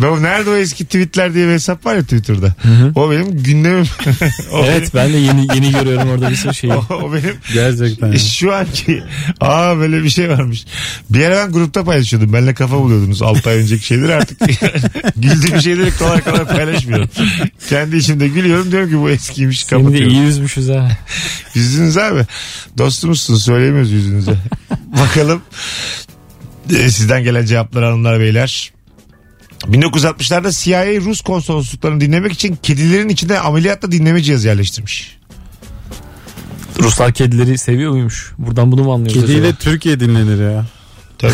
Speaker 2: ben o- nerede o eski tweetler diye bir hesap var ya Twitter'da. O benim gündemim. [laughs] o
Speaker 4: Evet ben de yeni yeni görüyorum orada bir sürü şeyi.
Speaker 3: Oh.
Speaker 2: Benim, o, o benim
Speaker 3: Gerçekten. ya.
Speaker 2: E, şu anki [laughs] ki aa böyle bir şey varmış. Bir ara ben grupta paylaşıyordum. Benle kafa buluyordunuz 6 ay önceki şeyleri artık. [laughs] güldüğüm şeyleri kolay kolay paylaşmıyorum. Kendi içimde gülüyorum diyorum ki bu eskiymiş
Speaker 4: Seni de
Speaker 2: kapatıyorum.
Speaker 4: iyi üzmüşüz ha.
Speaker 2: Yüzünüz abi. Dostumuzsunuz söyleyemiyoruz
Speaker 4: [laughs]
Speaker 2: yüzünüze. Bakalım e, sizden gelen cevaplar hanımlar beyler. 1960'larda CIA Rus konsolosluklarını dinlemek için kedilerin içine ameliyatla dinleme cihazı yerleştirmiş.
Speaker 4: Ruslar kedileri seviyor muymuş? Buradan bunu mu anlıyoruz
Speaker 3: Kediyle
Speaker 4: acaba?
Speaker 3: Türkiye dinlenir ya.
Speaker 2: Tabii.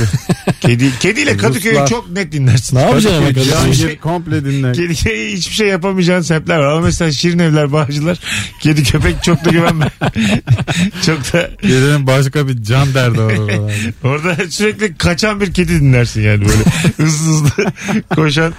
Speaker 2: Kedi,
Speaker 4: E,
Speaker 2: kediyle Kadıköy'ü
Speaker 3: Ruslar-
Speaker 2: çok net dinlersin.
Speaker 4: Ne yapacaksın? ama
Speaker 3: Kadıköy,
Speaker 4: kardeşim?
Speaker 3: Cihangir komple dinler.
Speaker 2: Kediye [laughs] hiçbir şey yapamayacağın semtler var. Ama mesela şirin evler, bağcılar, kedi köpek çok da güvenme. [laughs] çok da
Speaker 3: Kedinin başka bir can derdi var orada.
Speaker 2: Orada sürekli kaçan bir kedi dinlersin yani böyle [laughs] hızlı hızlı koşan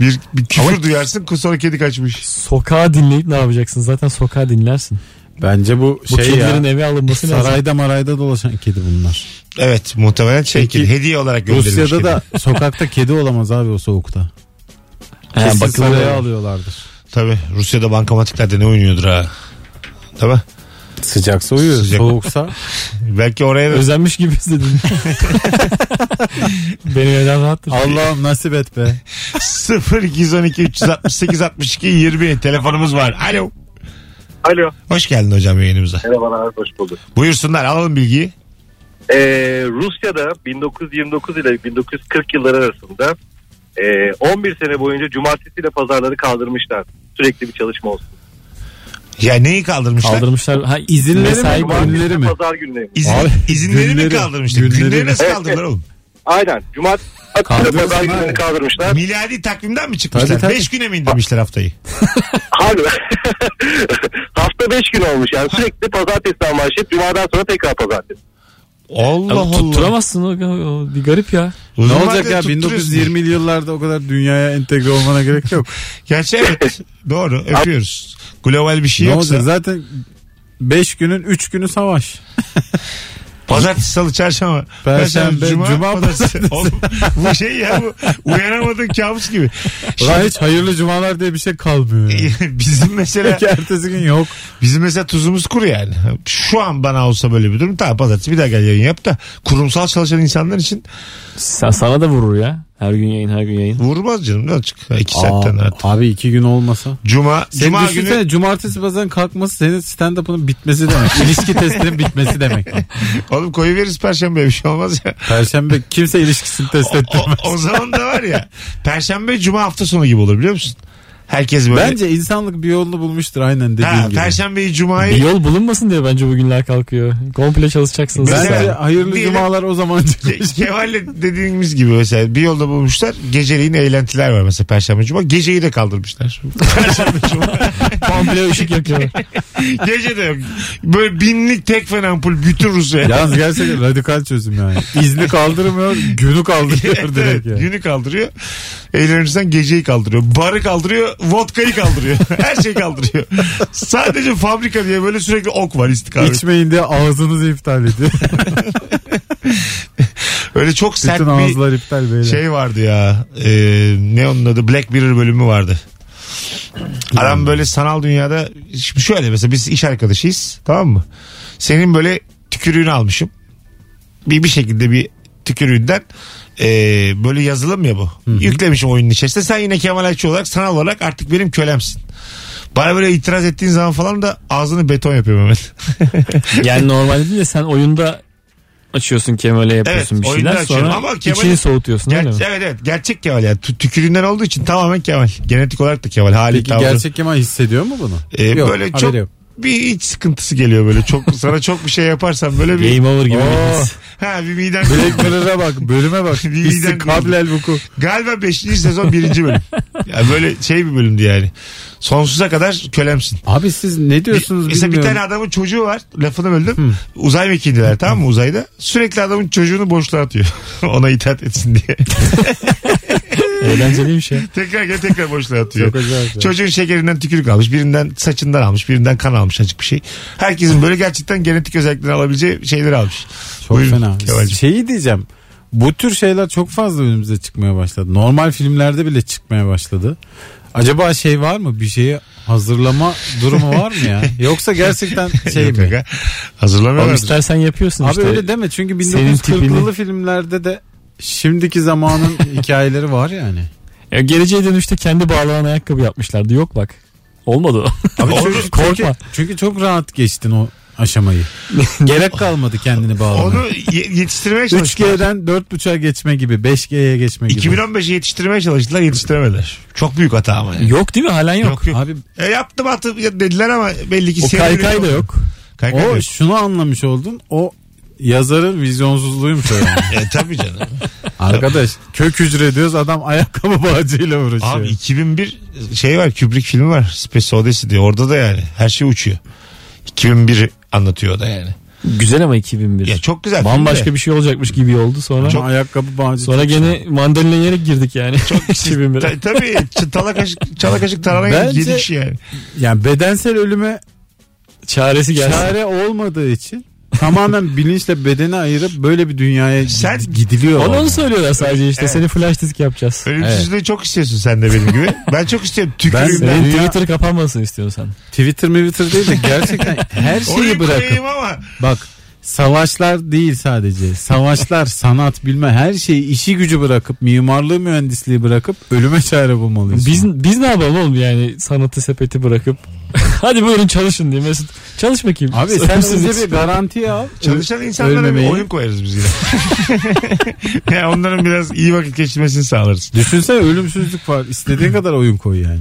Speaker 2: bir, bir küfür duyarsın sonra kedi kaçmış.
Speaker 4: Sokağa dinleyip ne yapacaksın? Zaten sokağa dinlersin.
Speaker 3: Bence bu
Speaker 4: Bu
Speaker 3: şey ya.
Speaker 4: kedilerin eve alınması lazım.
Speaker 3: Sarayda marayda dolaşan kedi bunlar.
Speaker 2: Evet muhtemelen şey
Speaker 3: Peki,
Speaker 2: kedi hediye olarak gönderilmiş
Speaker 3: Rusya'da
Speaker 2: kedi.
Speaker 3: da sokakta kedi olamaz abi o soğukta. Kesin
Speaker 4: bakılıyor.
Speaker 3: saraya alıyorlardır.
Speaker 2: Tabii Rusya'da bankamatiklerden ne oynuyordur ha. Tabii.
Speaker 3: Sıcaksa uyuyor.
Speaker 2: Sıcak.
Speaker 3: [laughs] Soğuksa
Speaker 2: Belki oraya da
Speaker 4: Özenmiş gibi
Speaker 3: [laughs]
Speaker 4: izledin. Benim evden rahattır.
Speaker 3: Allah'ım nasip et be.
Speaker 2: 0212 368 62 20 telefonumuz var. Alo.
Speaker 9: Alo.
Speaker 2: Hoş geldin hocam yayınımıza.
Speaker 9: Merhabalar, hoş bulduk.
Speaker 2: Buyursunlar alalım bilgiyi.
Speaker 9: Ee, Rusya'da 1929 ile 1940 yılları arasında ee, 11 sene boyunca cumartesi ile pazarları kaldırmışlar. Sürekli bir çalışma olsun.
Speaker 2: Ya neyi kaldırmışlar?
Speaker 4: Kaldırmışlar. Ha izinleri
Speaker 3: Mesai günleri mi?
Speaker 9: Pazar günleri.
Speaker 2: İzin,
Speaker 3: Abi,
Speaker 2: izinleri mi
Speaker 3: günleri-
Speaker 2: kaldırmışlar? Günleri,
Speaker 3: günleri-
Speaker 2: nasıl
Speaker 9: Evet,
Speaker 2: kaldırdılar oğlum?
Speaker 9: Aynen. Cumartesi
Speaker 3: Kaldırıyorsun
Speaker 9: pazar
Speaker 3: abi.
Speaker 9: günlerini kaldırmışlar.
Speaker 2: Miladi takvimden mi
Speaker 3: Tabii,
Speaker 2: çıkmışlar?
Speaker 3: tabii.
Speaker 2: 5 güne mi indirmişler haftayı?
Speaker 9: Harbi. [laughs] Hafta 5 gün olmuş yani. Sürekli pazartesiden başlayıp cumadan sonra tekrar pazartesi.
Speaker 2: Allah
Speaker 4: Abi tutturamazsın. O, o- bir garip ya.
Speaker 3: Ne
Speaker 2: Uzun
Speaker 3: olacak
Speaker 2: vadede
Speaker 3: ya
Speaker 2: tutturuyorsun.
Speaker 3: 1920'li yıllarda o kadar dünyaya entegre olmana gerek yok.
Speaker 2: Gerçi evet doğru öpüyoruz. Global bir şey
Speaker 3: [laughs] ne
Speaker 2: yoksa.
Speaker 3: olacak zaten 5 günün 3 günü savaş.
Speaker 2: Pazartesi, salı, çarşamba.
Speaker 3: Perşembe, cuma,
Speaker 2: Oğlum, bu şey ya bu uyanamadığın kabus gibi.
Speaker 3: Ulan hiç hayırlı cumalar diye bir şey kalmıyor. ya.
Speaker 2: Şimdi, [laughs] bizim mesela
Speaker 3: Peki [laughs] ertesi gün yok.
Speaker 2: bizim mesela tuzumuz kuru yani. Şu an bana olsa böyle bir durum tamam pazartesi bir daha gel yayın yap da kurumsal çalışan insanlar için
Speaker 4: Sa- sana da vurur ya. Her gün yayın her gün yayın.
Speaker 2: vurmaz canım ne açık. İki
Speaker 3: Aa,
Speaker 2: saatten rahat.
Speaker 3: abi iki gün olmasa.
Speaker 2: Cuma,
Speaker 3: Sen
Speaker 2: cuma
Speaker 3: düşünsene
Speaker 2: günü
Speaker 3: cumartesi pazarın kalkması senin stand-up'ının bitmesi
Speaker 2: [laughs]
Speaker 3: demek. İlişki testinin bitmesi demek.
Speaker 2: oğlum koyu veririz perşembe bir şey olmaz
Speaker 3: [laughs]
Speaker 2: ya.
Speaker 3: Perşembe kimse ilişkisini test
Speaker 2: O,
Speaker 3: ettirmez.
Speaker 2: o zaman da var ya perşembe cuma hafta sonu gibi olur biliyor musun? Herkes böyle
Speaker 3: Bence insanlık bir yolunu bulmuştur aynen dediğin
Speaker 2: Ha,
Speaker 3: gibi.
Speaker 2: Perşembeyi [laughs]
Speaker 4: Bir
Speaker 2: Cuma'yı
Speaker 4: yol bulunmasın diye bence bugünler kalkıyor. Komple çalışacaksınız.
Speaker 2: Ben-
Speaker 3: Bence
Speaker 2: Mesela-
Speaker 3: hayırlı
Speaker 2: Diyelim-
Speaker 3: cumalar
Speaker 2: [laughs]
Speaker 3: o zaman
Speaker 2: Ke-
Speaker 3: çıkmış.
Speaker 2: Kemal'le dediğimiz gibi mesela bir yolda bulmuşlar. Geceliğin eğlentiler var mesela Perşembe Cuma. Geceyi de kaldırmışlar.
Speaker 3: [laughs]
Speaker 2: Perşembe Cuma.
Speaker 4: komple ışık yakıyor.
Speaker 2: [laughs] Gece de yok. Böyle binlik tek fenampul bütün Rusya.
Speaker 3: Yalnız gerçekten radikal çözüm yani. İzni kaldırmıyor,
Speaker 2: [laughs]
Speaker 3: günü kaldırıyor direkt yani.
Speaker 2: Günü kaldırıyor. Eğlenirsen geceyi kaldırıyor. Barı kaldırıyor. Vodkayı kaldırıyor. [laughs] Her şeyi kaldırıyor. Sadece fabrika diye böyle sürekli ok var istikamet.
Speaker 3: İçmeyin diye ağzınızı iptal ediyor.
Speaker 2: Öyle çok sert
Speaker 3: Bütün
Speaker 2: bir
Speaker 3: ağızlar iptal böyle.
Speaker 2: Şey vardı ya. E, ne onun adı? Black Mirror bölümü vardı. Adam böyle sanal dünyada şimdi şöyle mesela biz iş arkadaşıyız tamam mı? Senin böyle tükürüğünü almışım. Bir bir şekilde bir tükürüğünden e, böyle yazılım ya bu. Yüklemişim oyunun içerisinde. Sen yine Kemal Ayçi olarak sanal olarak artık benim kölemsin. Bana böyle itiraz ettiğin zaman falan da ağzını beton yapıyorum Mehmet.
Speaker 4: Yani normalde değil de sen oyunda açıyorsun Kemal'e yapıyorsun
Speaker 2: Evet,
Speaker 4: bir
Speaker 2: oyunda
Speaker 4: şeyler
Speaker 2: açıyorum
Speaker 4: sonra
Speaker 2: ama Kemal'i-
Speaker 4: içini soğutuyorsun
Speaker 2: Ger-
Speaker 4: öyle mi?
Speaker 2: evet evet gerçek Kemal yani Tü- tükürüğünden olduğu için tamamen Kemal. Genetik olarak da Kemal hali
Speaker 3: Peki
Speaker 2: tavrı.
Speaker 3: gerçek Kemal hissediyor mu bunu?
Speaker 2: Ee, böyle
Speaker 3: haberi
Speaker 2: çok bir iç sıkıntısı geliyor böyle. Çok sana çok bir şey yaparsan böyle bir
Speaker 4: Game over gibi.
Speaker 3: Oo.
Speaker 2: ha bir miden
Speaker 3: Black Mirror'a bak,
Speaker 2: [laughs]
Speaker 3: bölüme bak.
Speaker 2: Bir
Speaker 3: İstik
Speaker 2: midem
Speaker 3: kablel vuku.
Speaker 2: galiba 5. sezon 1. bölüm. Ya böyle şey bir bölümdü yani. Sonsuza kadar kölemsin.
Speaker 3: Abi siz ne diyorsunuz
Speaker 2: Mesela bir
Speaker 3: bilmiyorum.
Speaker 2: tane adamın çocuğu var. Lafını böldüm. Uzay mekiğindeler tamam mı uzayda? Sürekli adamın çocuğunu boşluğa atıyor. [laughs] Ona itaat etsin
Speaker 3: [laughs]
Speaker 2: diye.
Speaker 4: Eğlenceliymiş
Speaker 3: şey.
Speaker 4: ya.
Speaker 2: tekrar gel tekrar boşluğa atıyor.
Speaker 3: Çok acayip ya.
Speaker 2: Çocuğun şekerinden tükürük almış. Birinden saçından almış. Birinden kan almış açık bir şey. Herkesin böyle gerçekten genetik özelliklerini alabileceği şeyleri almış.
Speaker 3: Çok
Speaker 2: Buyurun
Speaker 3: fena.
Speaker 2: Kemal'cim.
Speaker 3: Şeyi diyeceğim. Bu tür şeyler çok fazla önümüze çıkmaya başladı. Normal filmlerde bile çıkmaya başladı. Acaba şey var mı? Bir şeyi hazırlama durumu var
Speaker 2: [laughs]
Speaker 3: mı ya? Yoksa gerçekten şey
Speaker 2: Yok
Speaker 3: mi?
Speaker 2: aga. Hazırlamıyorlar.
Speaker 4: Abi istersen yapıyorsun
Speaker 3: Abi
Speaker 4: işte.
Speaker 3: öyle deme çünkü
Speaker 4: Senin tipini-
Speaker 3: 1940'lı filmlerde de
Speaker 2: [laughs]
Speaker 3: şimdiki zamanın hikayeleri var yani.
Speaker 4: Ya geleceğe dönüşte kendi bağlanan ayakkabı yapmışlardı. Yok bak. Olmadı o.
Speaker 3: Abi
Speaker 4: Kork-
Speaker 3: çünkü,
Speaker 4: korkma.
Speaker 3: Çünkü, çünkü çok rahat geçtin o
Speaker 4: [laughs]
Speaker 3: aşamayı. Gerek kalmadı kendini bağlamaya.
Speaker 2: Onu ye- yetiştirmeye çalıştılar.
Speaker 3: 3G'den 4.5'a geçme gibi 5G'ye geçme gibi.
Speaker 2: 2015'i yetiştirmeye çalıştılar yetiştiremediler. Çok büyük hata ama yani.
Speaker 4: Yok değil mi? Halen yok.
Speaker 2: Yok yok.
Speaker 3: Abi
Speaker 2: E, yaptım attım ya dediler ama belli ki
Speaker 4: O
Speaker 2: sevmiyor.
Speaker 4: kaykay da yok.
Speaker 2: Kaykay da
Speaker 3: o
Speaker 2: yok.
Speaker 3: şunu anlamış oldun. O yazarın vizyonsuzluğuymuş o yani.
Speaker 2: E, [laughs] tabii
Speaker 4: [laughs]
Speaker 2: canım.
Speaker 4: Şey.
Speaker 3: Arkadaş kök hücre diyoruz adam ayakkabı bağcıyla uğraşıyor.
Speaker 2: Abi 2001 şey var Kubrick filmi var. Space Odyssey diye. Orada da yani her şey uçuyor. 2001 anlatıyor o da yani.
Speaker 4: Güzel ama 2001.
Speaker 2: Ya çok güzel. film de.
Speaker 4: Bambaşka bir şey olacakmış gibi oldu sonra.
Speaker 3: Ama ayakkabı bağcı.
Speaker 4: Sonra
Speaker 2: şey.
Speaker 4: gene mandalina yiyerek girdik yani. [laughs] Çok 2001'e.
Speaker 2: Ta- tabii ç- tala kaşık, çala kaşık tarhana
Speaker 3: Bence-
Speaker 2: yedi kişi yani.
Speaker 3: yani bedensel ölüme
Speaker 4: Çaresi gelsin.
Speaker 3: çare olmadığı için tamamen bilinçle bedeni ayırıp böyle bir dünyaya
Speaker 2: Sen-
Speaker 3: gid- gidiliyor.
Speaker 4: Onu onu
Speaker 3: orada.
Speaker 4: söylüyorlar sadece işte. Seni flash disk yapacağız.
Speaker 2: Ölümsüzlüğü çok istiyorsun sen de benim gibi. Ben çok istiyorum. Tükürüğüm
Speaker 3: Ben-
Speaker 2: ben.
Speaker 4: Senin
Speaker 3: Dünya-
Speaker 4: Twitter kapanmasın istiyorsan.
Speaker 3: Twitter Twitter değil de
Speaker 2: [laughs]
Speaker 3: gerçekten her şeyi bırakıp
Speaker 2: ama
Speaker 3: Bak savaşlar değil sadece. Savaşlar, sanat bilme her şeyi işi gücü bırakıp mimarlığı mühendisliği bırakıp ölüme çare bulmalıyız.
Speaker 4: Biz biz ne yapalım oğlum yani sanatı sepeti bırakıp [laughs] hadi buyurun çalışın diye Mesut. Çalış bakayım.
Speaker 3: Abi sen
Speaker 4: Ölümsüzlük.
Speaker 3: bize bir garanti al.
Speaker 2: çalışan insanlara bir
Speaker 3: Ölmemeyi.
Speaker 2: oyun koyarız biz yine. [laughs] yani onların biraz iyi vakit geçirmesini sağlarız.
Speaker 3: Düşünsene ölümsüzlük var. İstediğin kadar oyun
Speaker 2: [laughs]
Speaker 3: koy yani.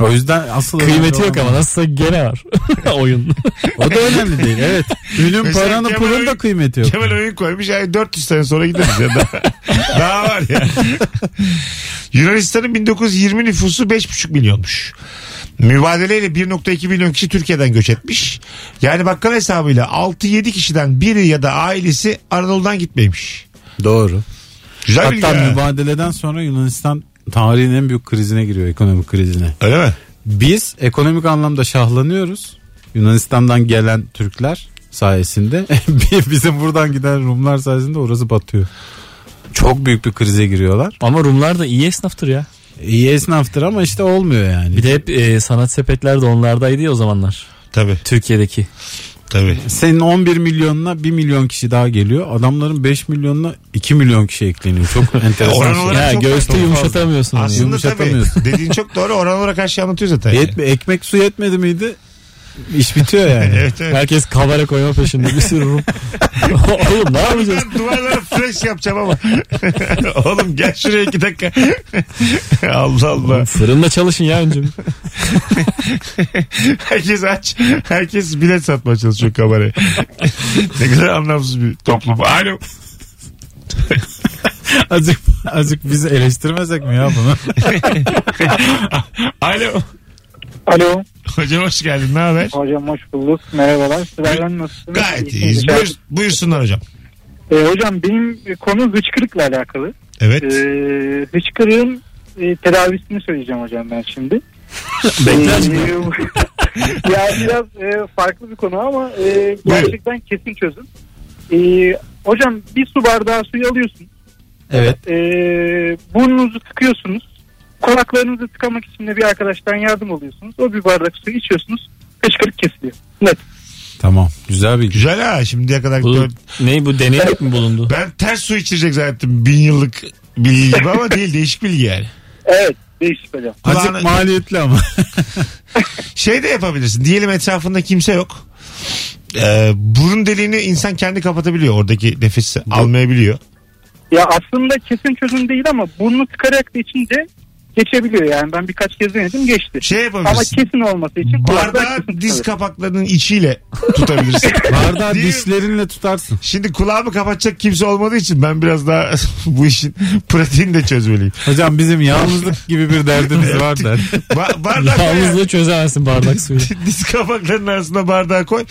Speaker 3: o yüzden asıl
Speaker 4: Kıymeti
Speaker 3: önemli
Speaker 4: yok
Speaker 3: olan-
Speaker 4: ama nasılsa gene var [laughs]
Speaker 2: [laughs]
Speaker 4: oyun.
Speaker 3: O da önemli değil. Evet. Ünün
Speaker 2: Mesela
Speaker 3: paranın
Speaker 2: Kemal
Speaker 3: pulun da
Speaker 2: Oyun-
Speaker 3: kıymeti yok.
Speaker 2: Kemal oyun koymuş. Yani 400 sene sonra gideriz ya. Daha, [laughs] daha var ya. Yunanistan'ın 1920 nüfusu 5,5 milyonmuş. Mübadeleyle 1.2 milyon kişi Türkiye'den göç etmiş. Yani bakkal hesabıyla 6-7 kişiden biri ya da ailesi Anadolu'dan gitmeymiş.
Speaker 3: Doğru.
Speaker 2: Güzel bilgi
Speaker 3: Hatta
Speaker 2: ha.
Speaker 3: mübadeleden sonra Yunanistan tarihin en büyük krizine giriyor ekonomik krizine.
Speaker 2: Öyle mi?
Speaker 3: Biz ekonomik anlamda şahlanıyoruz. Yunanistan'dan gelen Türkler sayesinde [laughs] Bir- bizim buradan giden Rumlar sayesinde orası batıyor. Çok büyük bir krize giriyorlar.
Speaker 4: ama Rumlar da iyi esnaftır ya.
Speaker 3: İyi esnaftır ama işte olmuyor yani.
Speaker 4: Bir de hep e, sanat sepetler de onlardaydı ya o zamanlar.
Speaker 2: Tabii
Speaker 4: Türkiye'deki.
Speaker 2: tabii.
Speaker 3: Senin 11 milyonuna 1 milyon kişi daha geliyor. Adamların 5 milyonuna 2 milyon kişi ekleniyor.
Speaker 2: [laughs]
Speaker 3: Çok enteresan.
Speaker 2: Oran
Speaker 3: şey.
Speaker 2: olarak
Speaker 4: Ya
Speaker 2: çok
Speaker 4: göğüste
Speaker 2: fazla.
Speaker 4: yumuşatamıyorsun. onu.
Speaker 2: Aslında tabii.
Speaker 3: Yumuşatamıyorsun.
Speaker 2: Dediğin çok doğru. Oran olarak her şeyi anlatıyor zaten. yani.
Speaker 3: Yetme, ekmek su yetmedi miydi? İş bitiyor yani.
Speaker 2: [laughs] Evet evet.
Speaker 4: Herkes kavara koyma peşinde bir
Speaker 2: [laughs]
Speaker 4: sürü Rum. [laughs] oğlum ne yapacağız?
Speaker 2: Ben duvarlara fresh yapacağım ama. [laughs] Oğlum gel şuraya iki dakika. [laughs] Allah Allah.
Speaker 4: Fırında çalışın ya öncüm.
Speaker 2: Herkes aç. Herkes bilet satmaya çalışıyor kabareye. [laughs] ne kadar anlamsız bir toplum. Alo. [laughs]
Speaker 3: azıcık, azıcık bizi eleştirmesek mi ya bunu?
Speaker 2: [laughs] Alo.
Speaker 6: Alo.
Speaker 2: Hocam hoş geldin. Ne haber?
Speaker 6: Hocam hoş bulduk. Merhabalar. Sizlerden nasılsınız?
Speaker 2: Gayet
Speaker 6: İyisiniz
Speaker 2: iyiyiz.
Speaker 6: inşallah.
Speaker 2: Buyur- buyursunlar hocam.
Speaker 6: Ee, hocam benim konu hıçkırıkla alakalı.
Speaker 2: Evet.
Speaker 6: Ee, hıçkırığın e, tedavisini söyleyeceğim hocam ben şimdi. Ee, [laughs] ya biraz e, farklı bir konu ama e, gerçekten kesin çözüm. Ee, hocam bir su bardağı suyu alıyorsunuz.
Speaker 3: Evet.
Speaker 6: Ee, burnunuzu tıkıyorsunuz. Kulaklarınızı tıkamak için de bir arkadaştan yardım alıyorsunuz. O bir bardak suyu içiyorsunuz. Hıçkırık kesiliyor. Net.
Speaker 3: Tamam. Güzel bir
Speaker 2: Güzel ha şimdiye kadar.
Speaker 4: Bu, ne bu deney mi bulundu?
Speaker 2: Ben ters su içirecek zannettim. Bin yıllık bilgi gibi ama değil değişik bilgi yani.
Speaker 6: Evet. Değişik hocam.
Speaker 3: Azıcık
Speaker 2: Kulağına-
Speaker 3: maliyetli ama.
Speaker 2: Şey de yapabilirsin. Diyelim etrafında kimse yok. Ee, burun deliğini insan kendi kapatabiliyor. Oradaki nefesi almayabiliyor.
Speaker 6: Ya aslında kesin çözüm değil ama burnu tıkarak da içince geçebiliyor yani. Ben birkaç kez denedim geçti.
Speaker 2: Şey
Speaker 6: ama [laughs]
Speaker 2: yapabilirsin.
Speaker 6: kesin olması için [laughs] kulaklar
Speaker 2: Bardağı
Speaker 6: kesin
Speaker 2: diz
Speaker 6: tıkalı.
Speaker 2: kapaklarının içiyle tutabilirsin. [laughs]
Speaker 3: Bardağı
Speaker 2: Değil mi?
Speaker 3: dişlerinle tutarsın.
Speaker 2: Şimdi kulağımı kapatacak kimse olmadığı için ben biraz daha [laughs] bu işin pratiğini de çözmeliyim.
Speaker 3: Hocam bizim yalnızlık gibi bir derdimiz var
Speaker 2: [laughs]
Speaker 3: der.
Speaker 2: Ba- bardak koy
Speaker 4: [laughs] Yalnızlığı çözemezsin bardak
Speaker 2: [laughs]
Speaker 4: suyu.
Speaker 2: ya. diz kapaklarının arasında bardağı koy.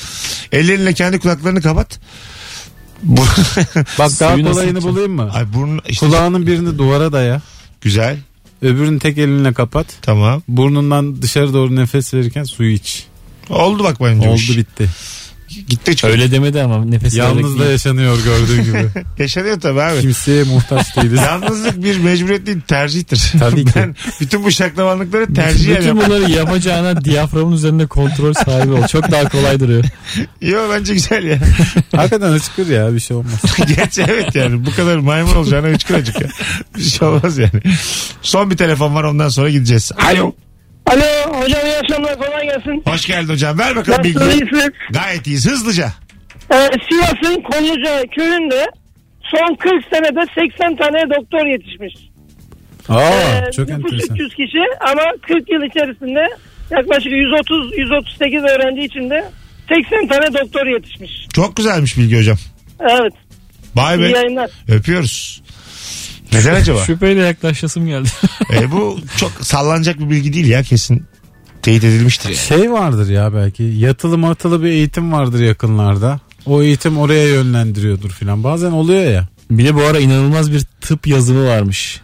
Speaker 2: Ellerinle kendi kulaklarını kapat. Bu... [laughs]
Speaker 3: Bak daha
Speaker 4: Suyu nasıl
Speaker 3: kolayını
Speaker 4: içeceksin?
Speaker 3: bulayım mı?
Speaker 2: Ay burun işte
Speaker 3: Kulağının birini duvara daya.
Speaker 2: güzel.
Speaker 3: Öbürünü tek elinle kapat.
Speaker 2: Tamam.
Speaker 3: Burnundan dışarı doğru nefes verirken suyu iç.
Speaker 2: Oldu bak bence. o iş.
Speaker 3: Oldu bitti.
Speaker 2: Gitti çocuk.
Speaker 4: Öyle demedi ama nefes
Speaker 3: Yalnız da
Speaker 4: [laughs] alarak-
Speaker 3: yaşanıyor gördüğün gibi.
Speaker 2: Yaşanıyor tabii abi.
Speaker 3: [laughs] Kimseye muhtaç [laughs] değiliz.
Speaker 2: Yalnızlık bir mecburiyet değil tercihtir.
Speaker 3: Tabii ki.
Speaker 2: Ben bütün bu şaklamanlıkları tercih
Speaker 4: Bütün
Speaker 2: ederim.
Speaker 4: bunları yapacağına diyaframın üzerinde kontrol sahibi ol. Çok daha
Speaker 2: [laughs]
Speaker 4: kolay duruyor.
Speaker 2: Yo bence güzel ya. [laughs]
Speaker 3: Hakikaten açıkır ya bir şey olmaz.
Speaker 2: Gerçi evet yani bu kadar maymun olacağına üç kıracık ya. Bir şey olmaz yani. Son bir telefon var ondan sonra gideceğiz. Alo.
Speaker 5: Alo hocam iyi akşamlar kolay gelsin.
Speaker 2: Hoş geldin hocam. Ver bakalım
Speaker 5: Nasılsınız
Speaker 2: bilgiyi.
Speaker 5: iyisiniz?
Speaker 2: Gayet iyiyiz. Hızlıca.
Speaker 5: Ee, Sivas'ın Konluca köyünde son 40 senede 80 tane doktor yetişmiş.
Speaker 3: Aa
Speaker 5: Ee,
Speaker 3: çok
Speaker 5: nüfus
Speaker 3: enteresan.
Speaker 5: 300 kişi ama 40 yıl içerisinde yaklaşık 130-138 öğrenci içinde 80 tane doktor yetişmiş.
Speaker 2: Çok güzelmiş bilgi hocam.
Speaker 5: Evet.
Speaker 2: Bay
Speaker 5: iyi
Speaker 2: be.
Speaker 5: yayınlar.
Speaker 2: Öpüyoruz. Neden acaba?
Speaker 4: Şüpheyle
Speaker 2: [laughs]
Speaker 4: yaklaşasım geldi.
Speaker 2: E, bu çok sallanacak bir bilgi değil ya kesin. Teyit edilmiştir. yani.
Speaker 3: Şey vardır ya belki yatılı matılı bir eğitim vardır yakınlarda. O eğitim oraya yönlendiriyordur filan. Bazen oluyor ya.
Speaker 4: Bir de bu ara inanılmaz bir tıp yazımı varmış.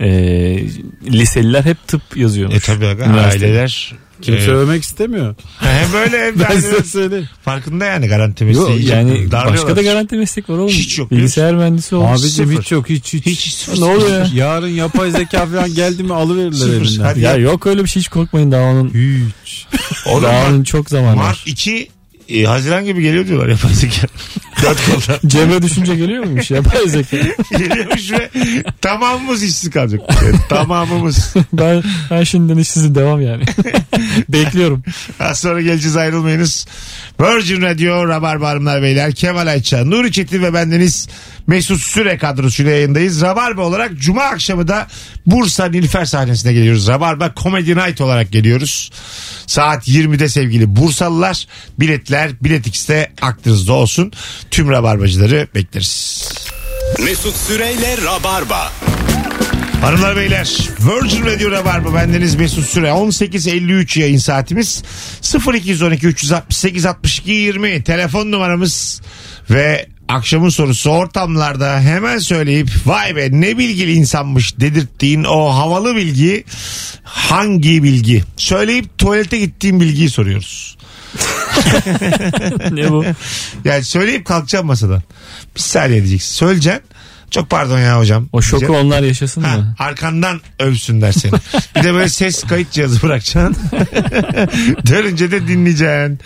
Speaker 4: Ee, liseliler hep tıp
Speaker 2: E
Speaker 4: yazıyormuş.
Speaker 2: tabii aga,
Speaker 4: Üniversite.
Speaker 2: aileler.
Speaker 3: Kimse
Speaker 2: e,
Speaker 3: övmek istemiyor.
Speaker 2: hem böyle hem de
Speaker 3: Ben size
Speaker 2: aileler
Speaker 3: söyleyeyim.
Speaker 2: farkında yani garanti
Speaker 4: Yo,
Speaker 2: mesleği.
Speaker 4: yani başka
Speaker 2: Darlıyorlar.
Speaker 4: da garanti meslek var oğlum.
Speaker 2: Hiç yok,
Speaker 4: Bilgisayar mühendisi olmuş.
Speaker 3: Abicim
Speaker 2: sıfır.
Speaker 3: hiç yok hiç hiç.
Speaker 2: Hiç sıfır,
Speaker 3: ne oluyor
Speaker 4: sıfır.
Speaker 3: ya? Yarın yapay zeka falan geldi mi alıverirler
Speaker 2: Sıfır,
Speaker 3: elinden.
Speaker 2: hadi.
Speaker 4: ya yok öyle bir şey hiç korkmayın daha onun,
Speaker 3: Hiç.
Speaker 2: Oğlum
Speaker 4: [laughs] daha
Speaker 2: Mart,
Speaker 4: onun çok zamanı
Speaker 2: Mart
Speaker 4: var.
Speaker 2: 2 e, Haziran gibi geliyor diyorlar yapay
Speaker 4: [laughs]
Speaker 2: zeka. Dört koldan
Speaker 4: Cemre düşünce geliyor muymuş yapay zeka?
Speaker 2: geliyormuş ve tamamımız işsiz
Speaker 4: [laughs]
Speaker 2: kalacak. Yani tamamımız.
Speaker 4: Ben, ben şimdiden işsizim devam yani. [laughs] Bekliyorum.
Speaker 2: [laughs] Az sonra geleceğiz ayrılmayınız. Virgin Radio Rabarba Hanımlar Beyler Kemal Ayça, Nuri Çetin ve bendeniz Mesut Süre kadrosuyla yayındayız. Rabarba olarak Cuma akşamı da Bursa Nilüfer sahnesine geliyoruz. Rabarba Comedy Night olarak geliyoruz. Saat 20'de sevgili Bursalılar biletler Bilet X'te aklınızda olsun. Tüm Rabarbacıları bekleriz.
Speaker 1: Mesut Süreyle Rabarba.
Speaker 2: Hanımlar beyler Virgin Radio Rabarba bendeniz Mesut Süre 18.53 yayın saatimiz 0212 368 62 20 telefon numaramız ve akşamın sorusu ortamlarda hemen söyleyip vay be ne bilgili insanmış dedirttiğin o havalı bilgi hangi bilgi? Söyleyip tuvalete gittiğin bilgiyi soruyoruz.
Speaker 4: Ne bu?
Speaker 2: Yani söyleyip kalkacağım masadan. Bir saniye diyeceksin. Söyleyeceksin. Çok pardon ya hocam.
Speaker 4: O şoku
Speaker 2: diyeceksin.
Speaker 4: onlar yaşasın
Speaker 2: Ha,
Speaker 4: mı?
Speaker 2: arkandan övsünler seni. Bir de böyle ses kayıt cihazı bırakacaksın. [laughs] Dönünce de dinleyeceksin.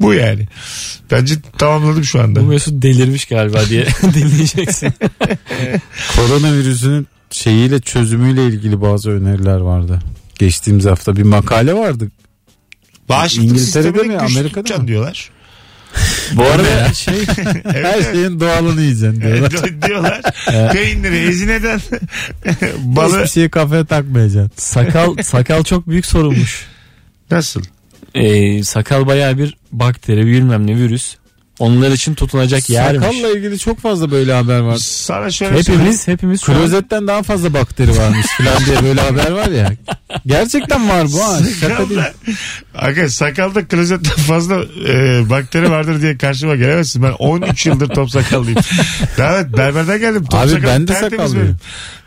Speaker 2: Bu yani. Bence tamamladım şu anda.
Speaker 4: Bu Mesut delirmiş galiba [laughs] diye dinleyeceksin.
Speaker 3: Koronavirüsünün şeyiyle çözümüyle ilgili bazı öneriler vardı. Geçtiğimiz hafta bir makale vardı.
Speaker 2: Bağışıklık
Speaker 3: İngiltere'de
Speaker 2: sistemini
Speaker 3: mi,
Speaker 2: güçlü
Speaker 3: Amerika'da
Speaker 2: tutacaksın
Speaker 3: mı? [laughs]
Speaker 2: diyorlar.
Speaker 4: bu arada şey
Speaker 3: Her şeyin doğalını yiyeceksin diyorlar.
Speaker 2: Di- diyorlar. Peyniri
Speaker 3: [laughs]
Speaker 2: ezineden balı
Speaker 3: Hiçbir şeyi kafaya takmayacaksın.
Speaker 4: sakal sakal çok büyük sorunmuş.
Speaker 2: nasıl?
Speaker 4: Ee, sakal bayağı bir bakteri bilmem ne virüs. Onlar için tutunacak yermiş.
Speaker 3: Sakalla ilgili çok fazla böyle haber var.
Speaker 2: Sana şöyle söyleyeyim.
Speaker 4: Hepimiz hepimiz şu an-
Speaker 3: Klozetten daha fazla bakteri varmış falan diye böyle haber var ya. Gerçekten var bu ha. [laughs] Şaka değil.
Speaker 2: Sakalda, Aga, sakalda klozetten [laughs] fazla e, bakteri vardır diye karşıma gelemezsin. Ben 13 yıldır top
Speaker 3: [laughs]
Speaker 2: sakallıyım. Daha evet berberden geldim. Top
Speaker 3: Abi
Speaker 2: sakalım
Speaker 3: ben de
Speaker 2: tertemiz
Speaker 3: sakallıyım.
Speaker 2: benim.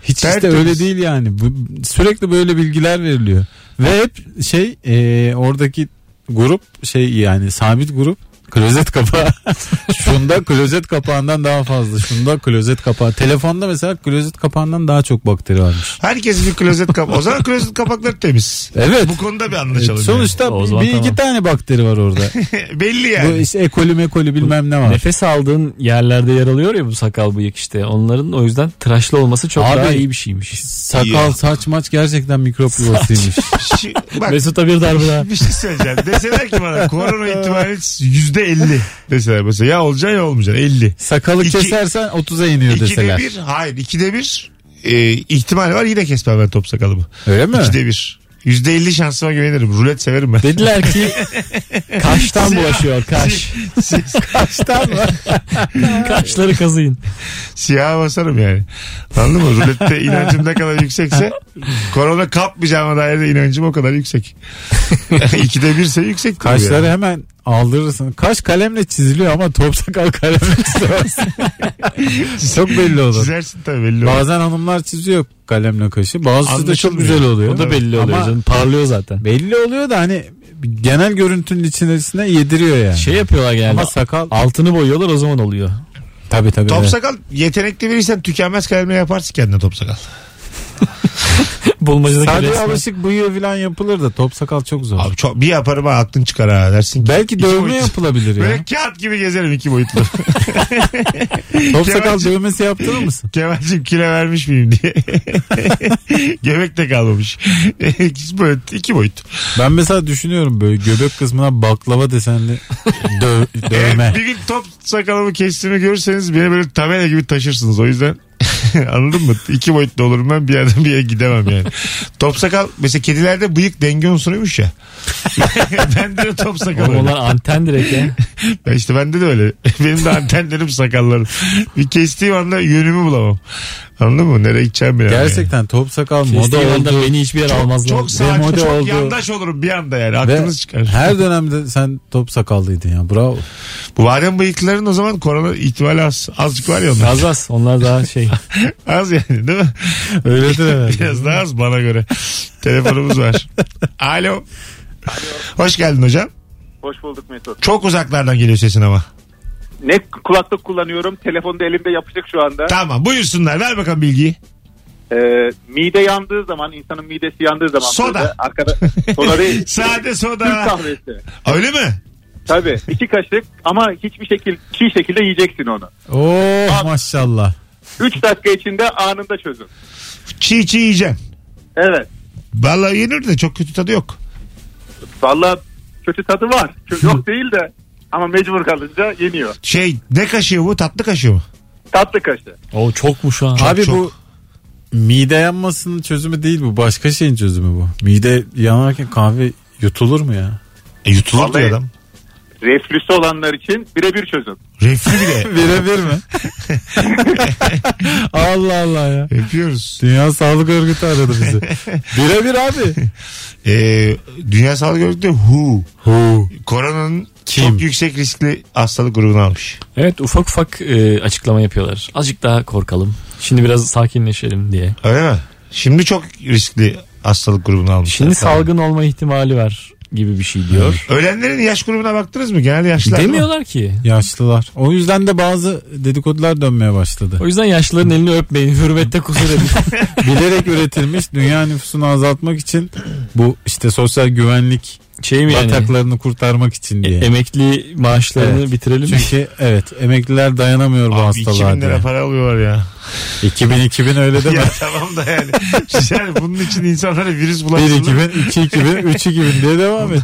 Speaker 3: Hiç işte
Speaker 2: Tertemiz.
Speaker 3: öyle değil yani. Bu, sürekli böyle bilgiler veriliyor. Ve hep şey e, oradaki grup şey yani sabit grup klozet kapağı. [laughs] şunda klozet kapağından daha fazla. Şunda klozet kapağı. Telefonda mesela klozet kapağından daha çok bakteri varmış.
Speaker 2: Herkesin bir klozet kapak. O zaman klozet kapakları temiz.
Speaker 3: Evet.
Speaker 2: Bu konuda bir anlaşalım.
Speaker 3: Sonuçta
Speaker 4: E, O
Speaker 3: bir
Speaker 4: zaman
Speaker 3: iki
Speaker 4: tamam.
Speaker 3: tane bakteri var
Speaker 4: [laughs]
Speaker 3: orada.
Speaker 2: yani. [laughs] Belli yani.
Speaker 3: Bu işte ekoli mekoli bilmem ne var.
Speaker 4: Nefes aldığın yerlerde yer alıyor ya bu sakal bıyık işte. Onların o yüzden tıraşlı olması çok
Speaker 3: Abi-
Speaker 4: daha iyi bir şeymiş.
Speaker 3: Sakal saç maç gerçekten mikrop yuvasıymış.
Speaker 2: Şi- bak
Speaker 4: [laughs] Mesut'a bir darbe daha.
Speaker 2: bir şey söyleyeceğim. Deseler ki bana korona ihtimali yüzde elli deseler mesela. Ya olacaksın ya olacaksın. Elli.
Speaker 3: Sakalı
Speaker 2: İki-
Speaker 3: kesersen 30'a iniyor
Speaker 2: İkide
Speaker 3: deseler.
Speaker 2: bir. Hayır ikide bir. E, ihtimal var yine kesmem ben top sakalımı.
Speaker 3: Öyle mi?
Speaker 2: İkide bir. Yüzde elli şansıma güvenirim. Rulet severim ben.
Speaker 4: Dediler
Speaker 2: [laughs]
Speaker 4: ki kaştan bulaşıyor kaş.
Speaker 3: Kaçtan mı?
Speaker 4: Kaşları kazıyın.
Speaker 2: Siyah basarım yani. Anladın mı?
Speaker 3: [laughs]
Speaker 2: Rulette inancım ne kadar yüksekse korona kapmayacağıma dair de inancım o kadar
Speaker 3: [laughs]
Speaker 2: yüksek. İkide birse yüksek.
Speaker 3: Kaşları hemen aldırırsın. Kaş kalemle çiziliyor ama top sakal kalemle çizemezsin. çok belli olur.
Speaker 2: Çizersin tabii belli olur.
Speaker 3: Bazen hanımlar çiziyor kalemle kaşı. Bazısı da çok
Speaker 2: Anlaşılmıyor.
Speaker 3: güzel oluyor.
Speaker 2: O da
Speaker 4: Belli oluyor
Speaker 3: Ama
Speaker 4: canım. Parlıyor zaten.
Speaker 3: Belli oluyor da hani genel görüntünün içerisine yediriyor yani.
Speaker 4: Şey yapıyorlar genelde.
Speaker 3: Ama sakal
Speaker 4: Altını boyuyorlar o zaman [laughs] oluyor.
Speaker 3: tabii tabii.
Speaker 2: Top sakal yetenekli biriysen tükenmez kaleme yaparsın kendine top sakal.
Speaker 4: Bulmacadaki
Speaker 3: Sadece
Speaker 4: resmen.
Speaker 3: alışık bıyığı falan yapılır da top sakal çok zor.
Speaker 2: Abi çok, bir yaparım ha aklın çıkar ha dersin ki.
Speaker 3: Belki
Speaker 2: İki
Speaker 3: dövme
Speaker 2: boyutlu.
Speaker 3: yapılabilir
Speaker 2: Böyle
Speaker 3: ya.
Speaker 2: kağıt gibi gezerim iki
Speaker 3: [laughs]
Speaker 2: boyutlu.
Speaker 3: Top sakal
Speaker 2: Kemal'cim-
Speaker 3: dövmesi yaptırır mısın?
Speaker 2: Kemal'cim kilo vermiş miyim
Speaker 3: [laughs]
Speaker 2: diye. Göbek de kalmamış. [laughs] İki boyut. iki boyut.
Speaker 3: Ben mesela düşünüyorum böyle göbek kısmına baklava desenli
Speaker 2: [laughs]
Speaker 3: döv- dövme.
Speaker 2: Bir gün top sakalımı kestiğimi görürseniz beni böyle tabela gibi taşırsınız. O yüzden [laughs] anladın mı? İki boyutlu olurum ben bir yerden bir yere gidemem yani. top sakal mesela kedilerde bıyık denge unsuruymuş ya. [laughs] bende de top sakal
Speaker 4: Oğlum
Speaker 2: öyle.
Speaker 4: Onlar anten direkt [laughs] ya.
Speaker 2: Ya işte bende de öyle. [laughs] Benim de antenlerim sakallarım. Bir kestiğim anda yönümü bulamam. Anladın mı? Nereye gideceğim bilemem. yani.
Speaker 3: Gerçekten top sakal moda
Speaker 4: Moda
Speaker 3: oldu.
Speaker 4: oldu. beni hiçbir yere almazlar.
Speaker 2: Çok sağ,
Speaker 3: demode
Speaker 2: çok
Speaker 3: oldu.
Speaker 2: yandaş olurum bir anda yani.
Speaker 3: Ve
Speaker 2: Aklınız çıkar.
Speaker 3: her dönemde sen top sakallıydın ya. Bravo.
Speaker 2: Bu badem bıyıkların o zaman korona ihtimali az. Azıcık var ya onlar. Az,
Speaker 4: Az az
Speaker 2: [laughs]
Speaker 4: onlar daha şey.
Speaker 2: yani değil mi?
Speaker 3: Öyle de [laughs]
Speaker 2: Biraz daha az bana göre. Telefonumuz var. Alo. Hoş geldin hocam.
Speaker 10: Hoş bulduk Mesut.
Speaker 2: Çok uzaklardan geliyor sesin ama.
Speaker 10: Ne kulaklık kullanıyorum. Telefonda elimde yapışık şu anda.
Speaker 2: Tamam buyursunlar ver bakalım bilgiyi.
Speaker 10: Ee, mide yandığı zaman insanın midesi yandığı zaman.
Speaker 2: Soda.
Speaker 10: böyle Arkada,
Speaker 2: [laughs]
Speaker 10: soda değil.
Speaker 2: Sade
Speaker 10: Türk
Speaker 2: soda.
Speaker 10: kahvesi.
Speaker 2: Öyle mi?
Speaker 10: Tabii. iki kaşık ama hiçbir şekilde çiğ şekilde yiyeceksin onu.
Speaker 3: Oo Oh, maşallah.
Speaker 10: Üç dakika içinde anında çözüm.
Speaker 2: Çiğ çiğ yiyeceksin.
Speaker 10: Evet.
Speaker 2: Vallahi yenir de çok kötü tadı yok.
Speaker 10: Valla kötü tadı var. Kö-
Speaker 2: [laughs]
Speaker 10: Yok değil de ama mecbur kalınca yeniyor.
Speaker 2: Şey ne kaşığı bu tatlı kaşığı mı?
Speaker 10: Tatlı kaşığı.
Speaker 4: O çokmuş ha.
Speaker 2: Çok,
Speaker 3: Abi
Speaker 2: çok.
Speaker 3: bu mide yanmasının çözümü değil bu. Başka şeyin çözümü bu. Mide yanarken kahve yutulur mu ya?
Speaker 2: E, yutulur diyor
Speaker 10: Vallahi-
Speaker 2: adam.
Speaker 10: Reflüsü olanlar için birebir çözüm. [laughs]
Speaker 2: Reflü bile
Speaker 3: Birebir mi? [laughs] Allah Allah ya.
Speaker 2: yapıyoruz.
Speaker 3: Dünya Sağlık Örgütü
Speaker 2: [laughs]
Speaker 3: aradı bizi. Birebir abi.
Speaker 2: Ee, Dünya Sağlık Örgütü WHO
Speaker 3: Hu.
Speaker 2: koronanın
Speaker 3: Kim?
Speaker 2: çok yüksek riskli hastalık grubunu almış.
Speaker 4: Evet ufak ufak e, açıklama yapıyorlar. Azıcık daha korkalım. Şimdi biraz sakinleşelim diye.
Speaker 2: Öyle mi? Şimdi çok riskli hastalık grubunu almış.
Speaker 4: Şimdi salgın olma ihtimali var gibi bir şey diyor.
Speaker 2: Ölenlerin yaş grubuna baktınız mı? Genelde yaşlılar değil mi?
Speaker 4: Demiyorlar ki.
Speaker 3: Yaşlılar. O yüzden de bazı dedikodular dönmeye başladı.
Speaker 4: O yüzden yaşlıların elini öpmeyin. Hürmette kusur edin.
Speaker 3: Bilerek üretilmiş dünya nüfusunu azaltmak için bu işte sosyal güvenlik
Speaker 4: şey mi yani?
Speaker 3: bataklarını kurtarmak için
Speaker 4: E,
Speaker 3: diye.
Speaker 4: emekli maaşlarını
Speaker 3: Evet.
Speaker 4: bitirelim mi?
Speaker 3: Çünkü evet emekliler dayanamıyor bu
Speaker 2: Abi 2000
Speaker 3: hastalığa
Speaker 2: lira
Speaker 3: diye.
Speaker 2: para alıyorlar ya.
Speaker 3: 2000 2000 öyle deme.
Speaker 2: ya tamam da yani. [laughs] yani bunun için insanlara virüs
Speaker 3: 1
Speaker 2: bulaşsın.
Speaker 3: 2000 2 2000 3 2000 diye devam et.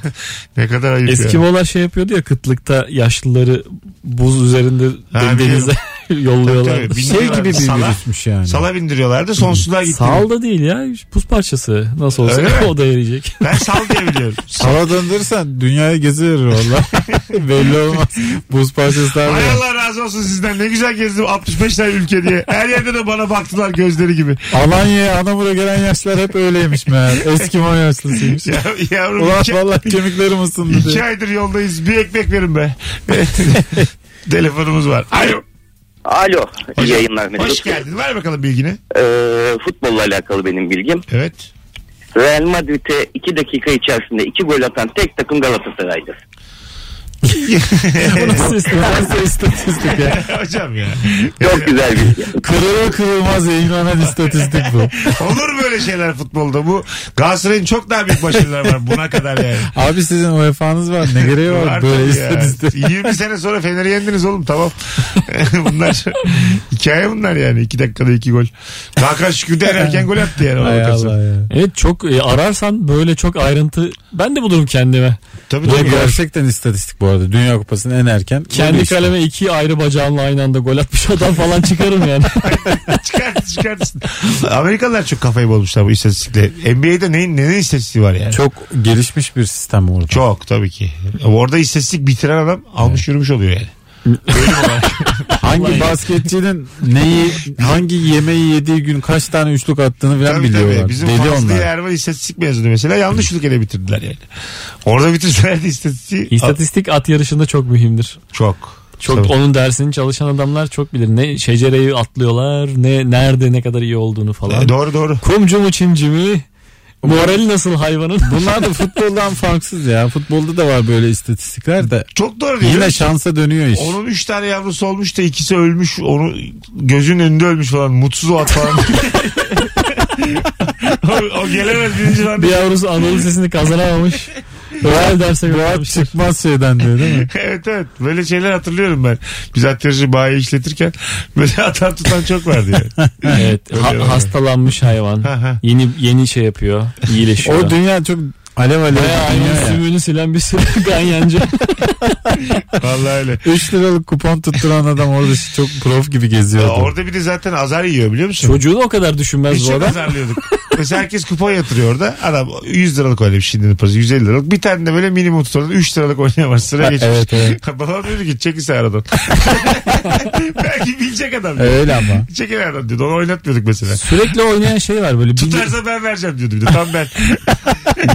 Speaker 2: Ne kadar ayıp ya.
Speaker 4: Eskimolar şey yapıyordu ya kıtlıkta yaşlıları buz üzerinde
Speaker 2: Ha,
Speaker 4: denize
Speaker 2: [laughs]
Speaker 4: yolluyorlar.
Speaker 2: Tabii, tabii.
Speaker 3: Şey gibi bir
Speaker 2: Sala.
Speaker 3: virüsmüş yani.
Speaker 2: Sala bindiriyorlardı sonsuzluğa gitti.
Speaker 4: Sal da değil ya. Buz parçası. Nasıl olsa
Speaker 2: Öyle mi?
Speaker 4: [laughs] o
Speaker 2: [laughs]
Speaker 4: da eriyecek.
Speaker 2: Ben sal diye biliyorum.
Speaker 3: Sala döndürürsen dünyaya gezi verir valla. Belli olmaz. Buz parçası daha
Speaker 2: Hay
Speaker 3: bile.
Speaker 2: Allah razı olsun sizden. Ne güzel gezdim 65 tane ülke diye. Her yerde de bana baktılar gözleri gibi. [laughs]
Speaker 3: Alanya'ya Anamur'a gelen yaşlar hep öyleymiş meğer. Eskimo yaşlısıymış.
Speaker 2: Ya, yavrum
Speaker 3: Ulan
Speaker 2: iki,
Speaker 3: valla kemiklerim ısındı
Speaker 2: iki
Speaker 3: diye.
Speaker 2: aydır yoldayız. Bir ekmek verin be. Telefonumuz var. Alo.
Speaker 11: Alo, iyi
Speaker 2: Hocam,
Speaker 11: yayınlar
Speaker 3: Hani
Speaker 11: Mesut.
Speaker 2: Hoş geldin. Ver bakalım bilgini.
Speaker 11: Ee, futbolla alakalı benim bilgim.
Speaker 2: Evet. [laughs]
Speaker 11: Real Madrid'e 2 dakika içerisinde 2 gol atan tek takım Galatasaray'dır.
Speaker 4: Bu nasıl istatistik? Nasıl istatistik ya?
Speaker 2: Hocam ya.
Speaker 11: Çok güzel şey. bilgi.
Speaker 3: Kırılır kırılmaz yayınlanan istatistik bu.
Speaker 2: Olur böyle şeyler futbolda. Bu Galatasaray'ın çok daha büyük başarıları var buna kadar
Speaker 3: [laughs]
Speaker 2: yani.
Speaker 3: Abi sizin UEFA'nız var. Ne gereği var,
Speaker 2: Var
Speaker 3: böyle
Speaker 2: tabii ya.
Speaker 3: istatistik?
Speaker 2: 20 sene sonra Fener'i yendiniz oğlum tamam. [laughs] bunlar hikaye bunlar yani. 2 dakikada 2 gol. Hakan Şükür'den erken gol attı yani. ona
Speaker 3: Hay
Speaker 2: bakarsan.
Speaker 3: Allah ya.
Speaker 4: Evet çok e, ararsan böyle çok ayrıntı. Ben de bulurum kendime.
Speaker 2: Tabii
Speaker 3: Bu
Speaker 2: tabii. [laughs]
Speaker 3: gerçekten istatistik bu arada. Dünya Kupası'nın en erken.
Speaker 4: Kendi
Speaker 3: golü işte.
Speaker 4: kaleme iki ayrı bacağımla aynı anda gol atmış adam falan
Speaker 2: [laughs]
Speaker 4: çıkarım yani.
Speaker 2: Çıkartsın çıkartsın. Amerikalılar çok kafayı bulmuşlar bu istatistikle. NBA'de neyin neyin istatistiği var yani? Çok.
Speaker 3: Çok gelişmiş bir sistem orada.
Speaker 2: Çok tabii ki. Orada istatistik bitiren adam almış yürümüş oluyor yani.
Speaker 3: Hangi basketçinin neyi hangi yemeği yediği gün kaç tane üçlük attığını falan
Speaker 2: Tabii
Speaker 3: biliyorlar.
Speaker 2: tabii. Bizim
Speaker 3: Deli
Speaker 2: Fazlı
Speaker 3: onlar.
Speaker 2: Erman istatistik mezunu mesela yanlış ülkede bitirdiler yani. Orada bitirselerdi istatistiği.
Speaker 4: İstatistik at yarışında çok mühimdir.
Speaker 2: Çok.
Speaker 4: Çok
Speaker 2: Tabii.
Speaker 4: onun dersini çalışan adamlar çok bilir. Ne
Speaker 3: E,
Speaker 4: şecereyi atlıyorlar, ne nerede ne kadar iyi olduğunu falan.
Speaker 2: E, doğru doğru.
Speaker 4: Kumcu mu çimci mi? Morali nasıl hayvanın?
Speaker 3: Bunlar da futboldan farksız ya. Futbolda da var böyle istatistikler de.
Speaker 2: Çok doğru diyor.
Speaker 3: Yine şansa dönüyor iş.
Speaker 2: Onun 3 tane yavrusu olmuş da ikisi ölmüş. Onu gözünün önünde ölmüş falan. Mutsuz o at falan. [laughs] o, o gelemez birinci
Speaker 4: [laughs] Bir
Speaker 2: randevu.
Speaker 4: yavrusu Anadolu sesini kazanamamış. Öyle derse göndermişler.
Speaker 3: Çıkmaz şeyden diyor değil mi?
Speaker 2: evet evet. Böyle şeyler hatırlıyorum ben. Biz atıyoruz bayi işletirken böyle [laughs] atar tutan çok vardı yani.
Speaker 4: Evet.
Speaker 2: Öyle
Speaker 4: ha-
Speaker 2: öyle.
Speaker 4: hastalanmış hayvan.
Speaker 2: ha.
Speaker 4: yeni yeni şey yapıyor. İyileşiyor.
Speaker 3: O dünya çok alev alev.
Speaker 4: Bayağı
Speaker 3: bir dünya
Speaker 4: hayvanın
Speaker 3: ya.
Speaker 4: sümüğünü silen bir sürü [laughs] ganyancı.
Speaker 2: Vallahi öyle.
Speaker 3: 3 liralık kupon tutturan adam orada çok prof gibi
Speaker 2: Ya
Speaker 3: geziyordu.
Speaker 2: orada bir de zaten azar yiyor biliyor musun?
Speaker 4: Çocuğu da o kadar düşünmez
Speaker 2: Biz
Speaker 4: bu
Speaker 2: çok
Speaker 4: adam.
Speaker 2: azarlıyorduk. Mesela herkes kupon yatırıyor orada. Adam 100 liralık öyle bir şeyin parası 150 liralık. Bir tane de böyle minimum tutarın 3 liralık oynayan var. Sıra geçmiş.
Speaker 3: evet, evet.
Speaker 2: [laughs] Babam dedi ki çek ise
Speaker 3: [laughs]
Speaker 2: aradan. Belki bilecek adam. diyor.
Speaker 3: Öyle ama.
Speaker 2: Çekin aradan diyordu. Onu oynatmıyorduk mesela.
Speaker 4: Sürekli oynayan şey var böyle. Bir-
Speaker 2: Tutarsa ben vereceğim diyordu bir de. Tam ben.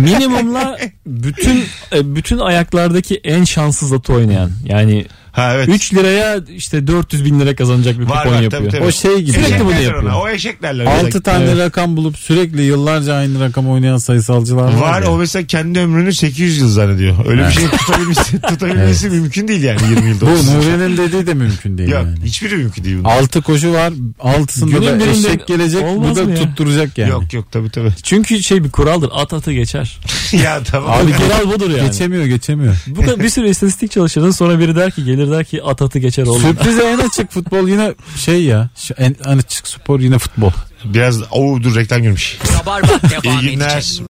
Speaker 4: Minimumla bütün e, bütün ayaklardaki en şanssız atı oynayan. Yani
Speaker 2: Ha evet.
Speaker 4: 3 liraya işte 400 bin lira kazanacak bir
Speaker 2: Var,
Speaker 4: kupon
Speaker 2: var,
Speaker 4: yapıyor.
Speaker 2: tabii, tabii.
Speaker 4: O şey gibi.
Speaker 2: Eşek
Speaker 4: Sürekli bunu
Speaker 2: derler
Speaker 4: yapıyor.
Speaker 2: ona. O eşek derler.
Speaker 3: 6 tane
Speaker 4: Evet.
Speaker 3: rakam bulup sürekli yıllarca aynı rakam oynayan sayısalcılar var.
Speaker 2: Var
Speaker 3: ya.
Speaker 2: o mesela kendi ömrünü 800 yıl zannediyor. Öyle bir şey
Speaker 3: [laughs]
Speaker 2: tutabilmesi, tutabilmesi mümkün değil yani 20 yılda.
Speaker 3: Bu
Speaker 2: 30 yılda.
Speaker 3: Nuri'nin dediği de mümkün değil
Speaker 2: Yok
Speaker 3: yani.
Speaker 2: hiçbiri mümkün değil. bunun.
Speaker 3: 6 koşu var. Altısında
Speaker 4: Günün
Speaker 3: da
Speaker 4: birinde
Speaker 3: eşek gelecek. Bu
Speaker 4: olmaz
Speaker 3: da
Speaker 4: mı ya?
Speaker 3: tutturacak yani.
Speaker 2: Yok yok tabii [laughs] tabii.
Speaker 4: Çünkü şey bir kuraldır. At atı geçer.
Speaker 2: ya tamam.
Speaker 4: Abi kural budur yani.
Speaker 3: Geçemiyor geçemiyor.
Speaker 4: Bu kadar bir sürü istatistik çalışırsın sonra biri der ki gelir der ki at atı geçer oğlum.
Speaker 3: Sürprize en açık futbol yine şey ya. Şu En, en açık spor yine futbol.
Speaker 2: Biraz o dur reklam girmiş.
Speaker 12: Rabarba
Speaker 2: İyi
Speaker 12: devam edecek.
Speaker 2: günler.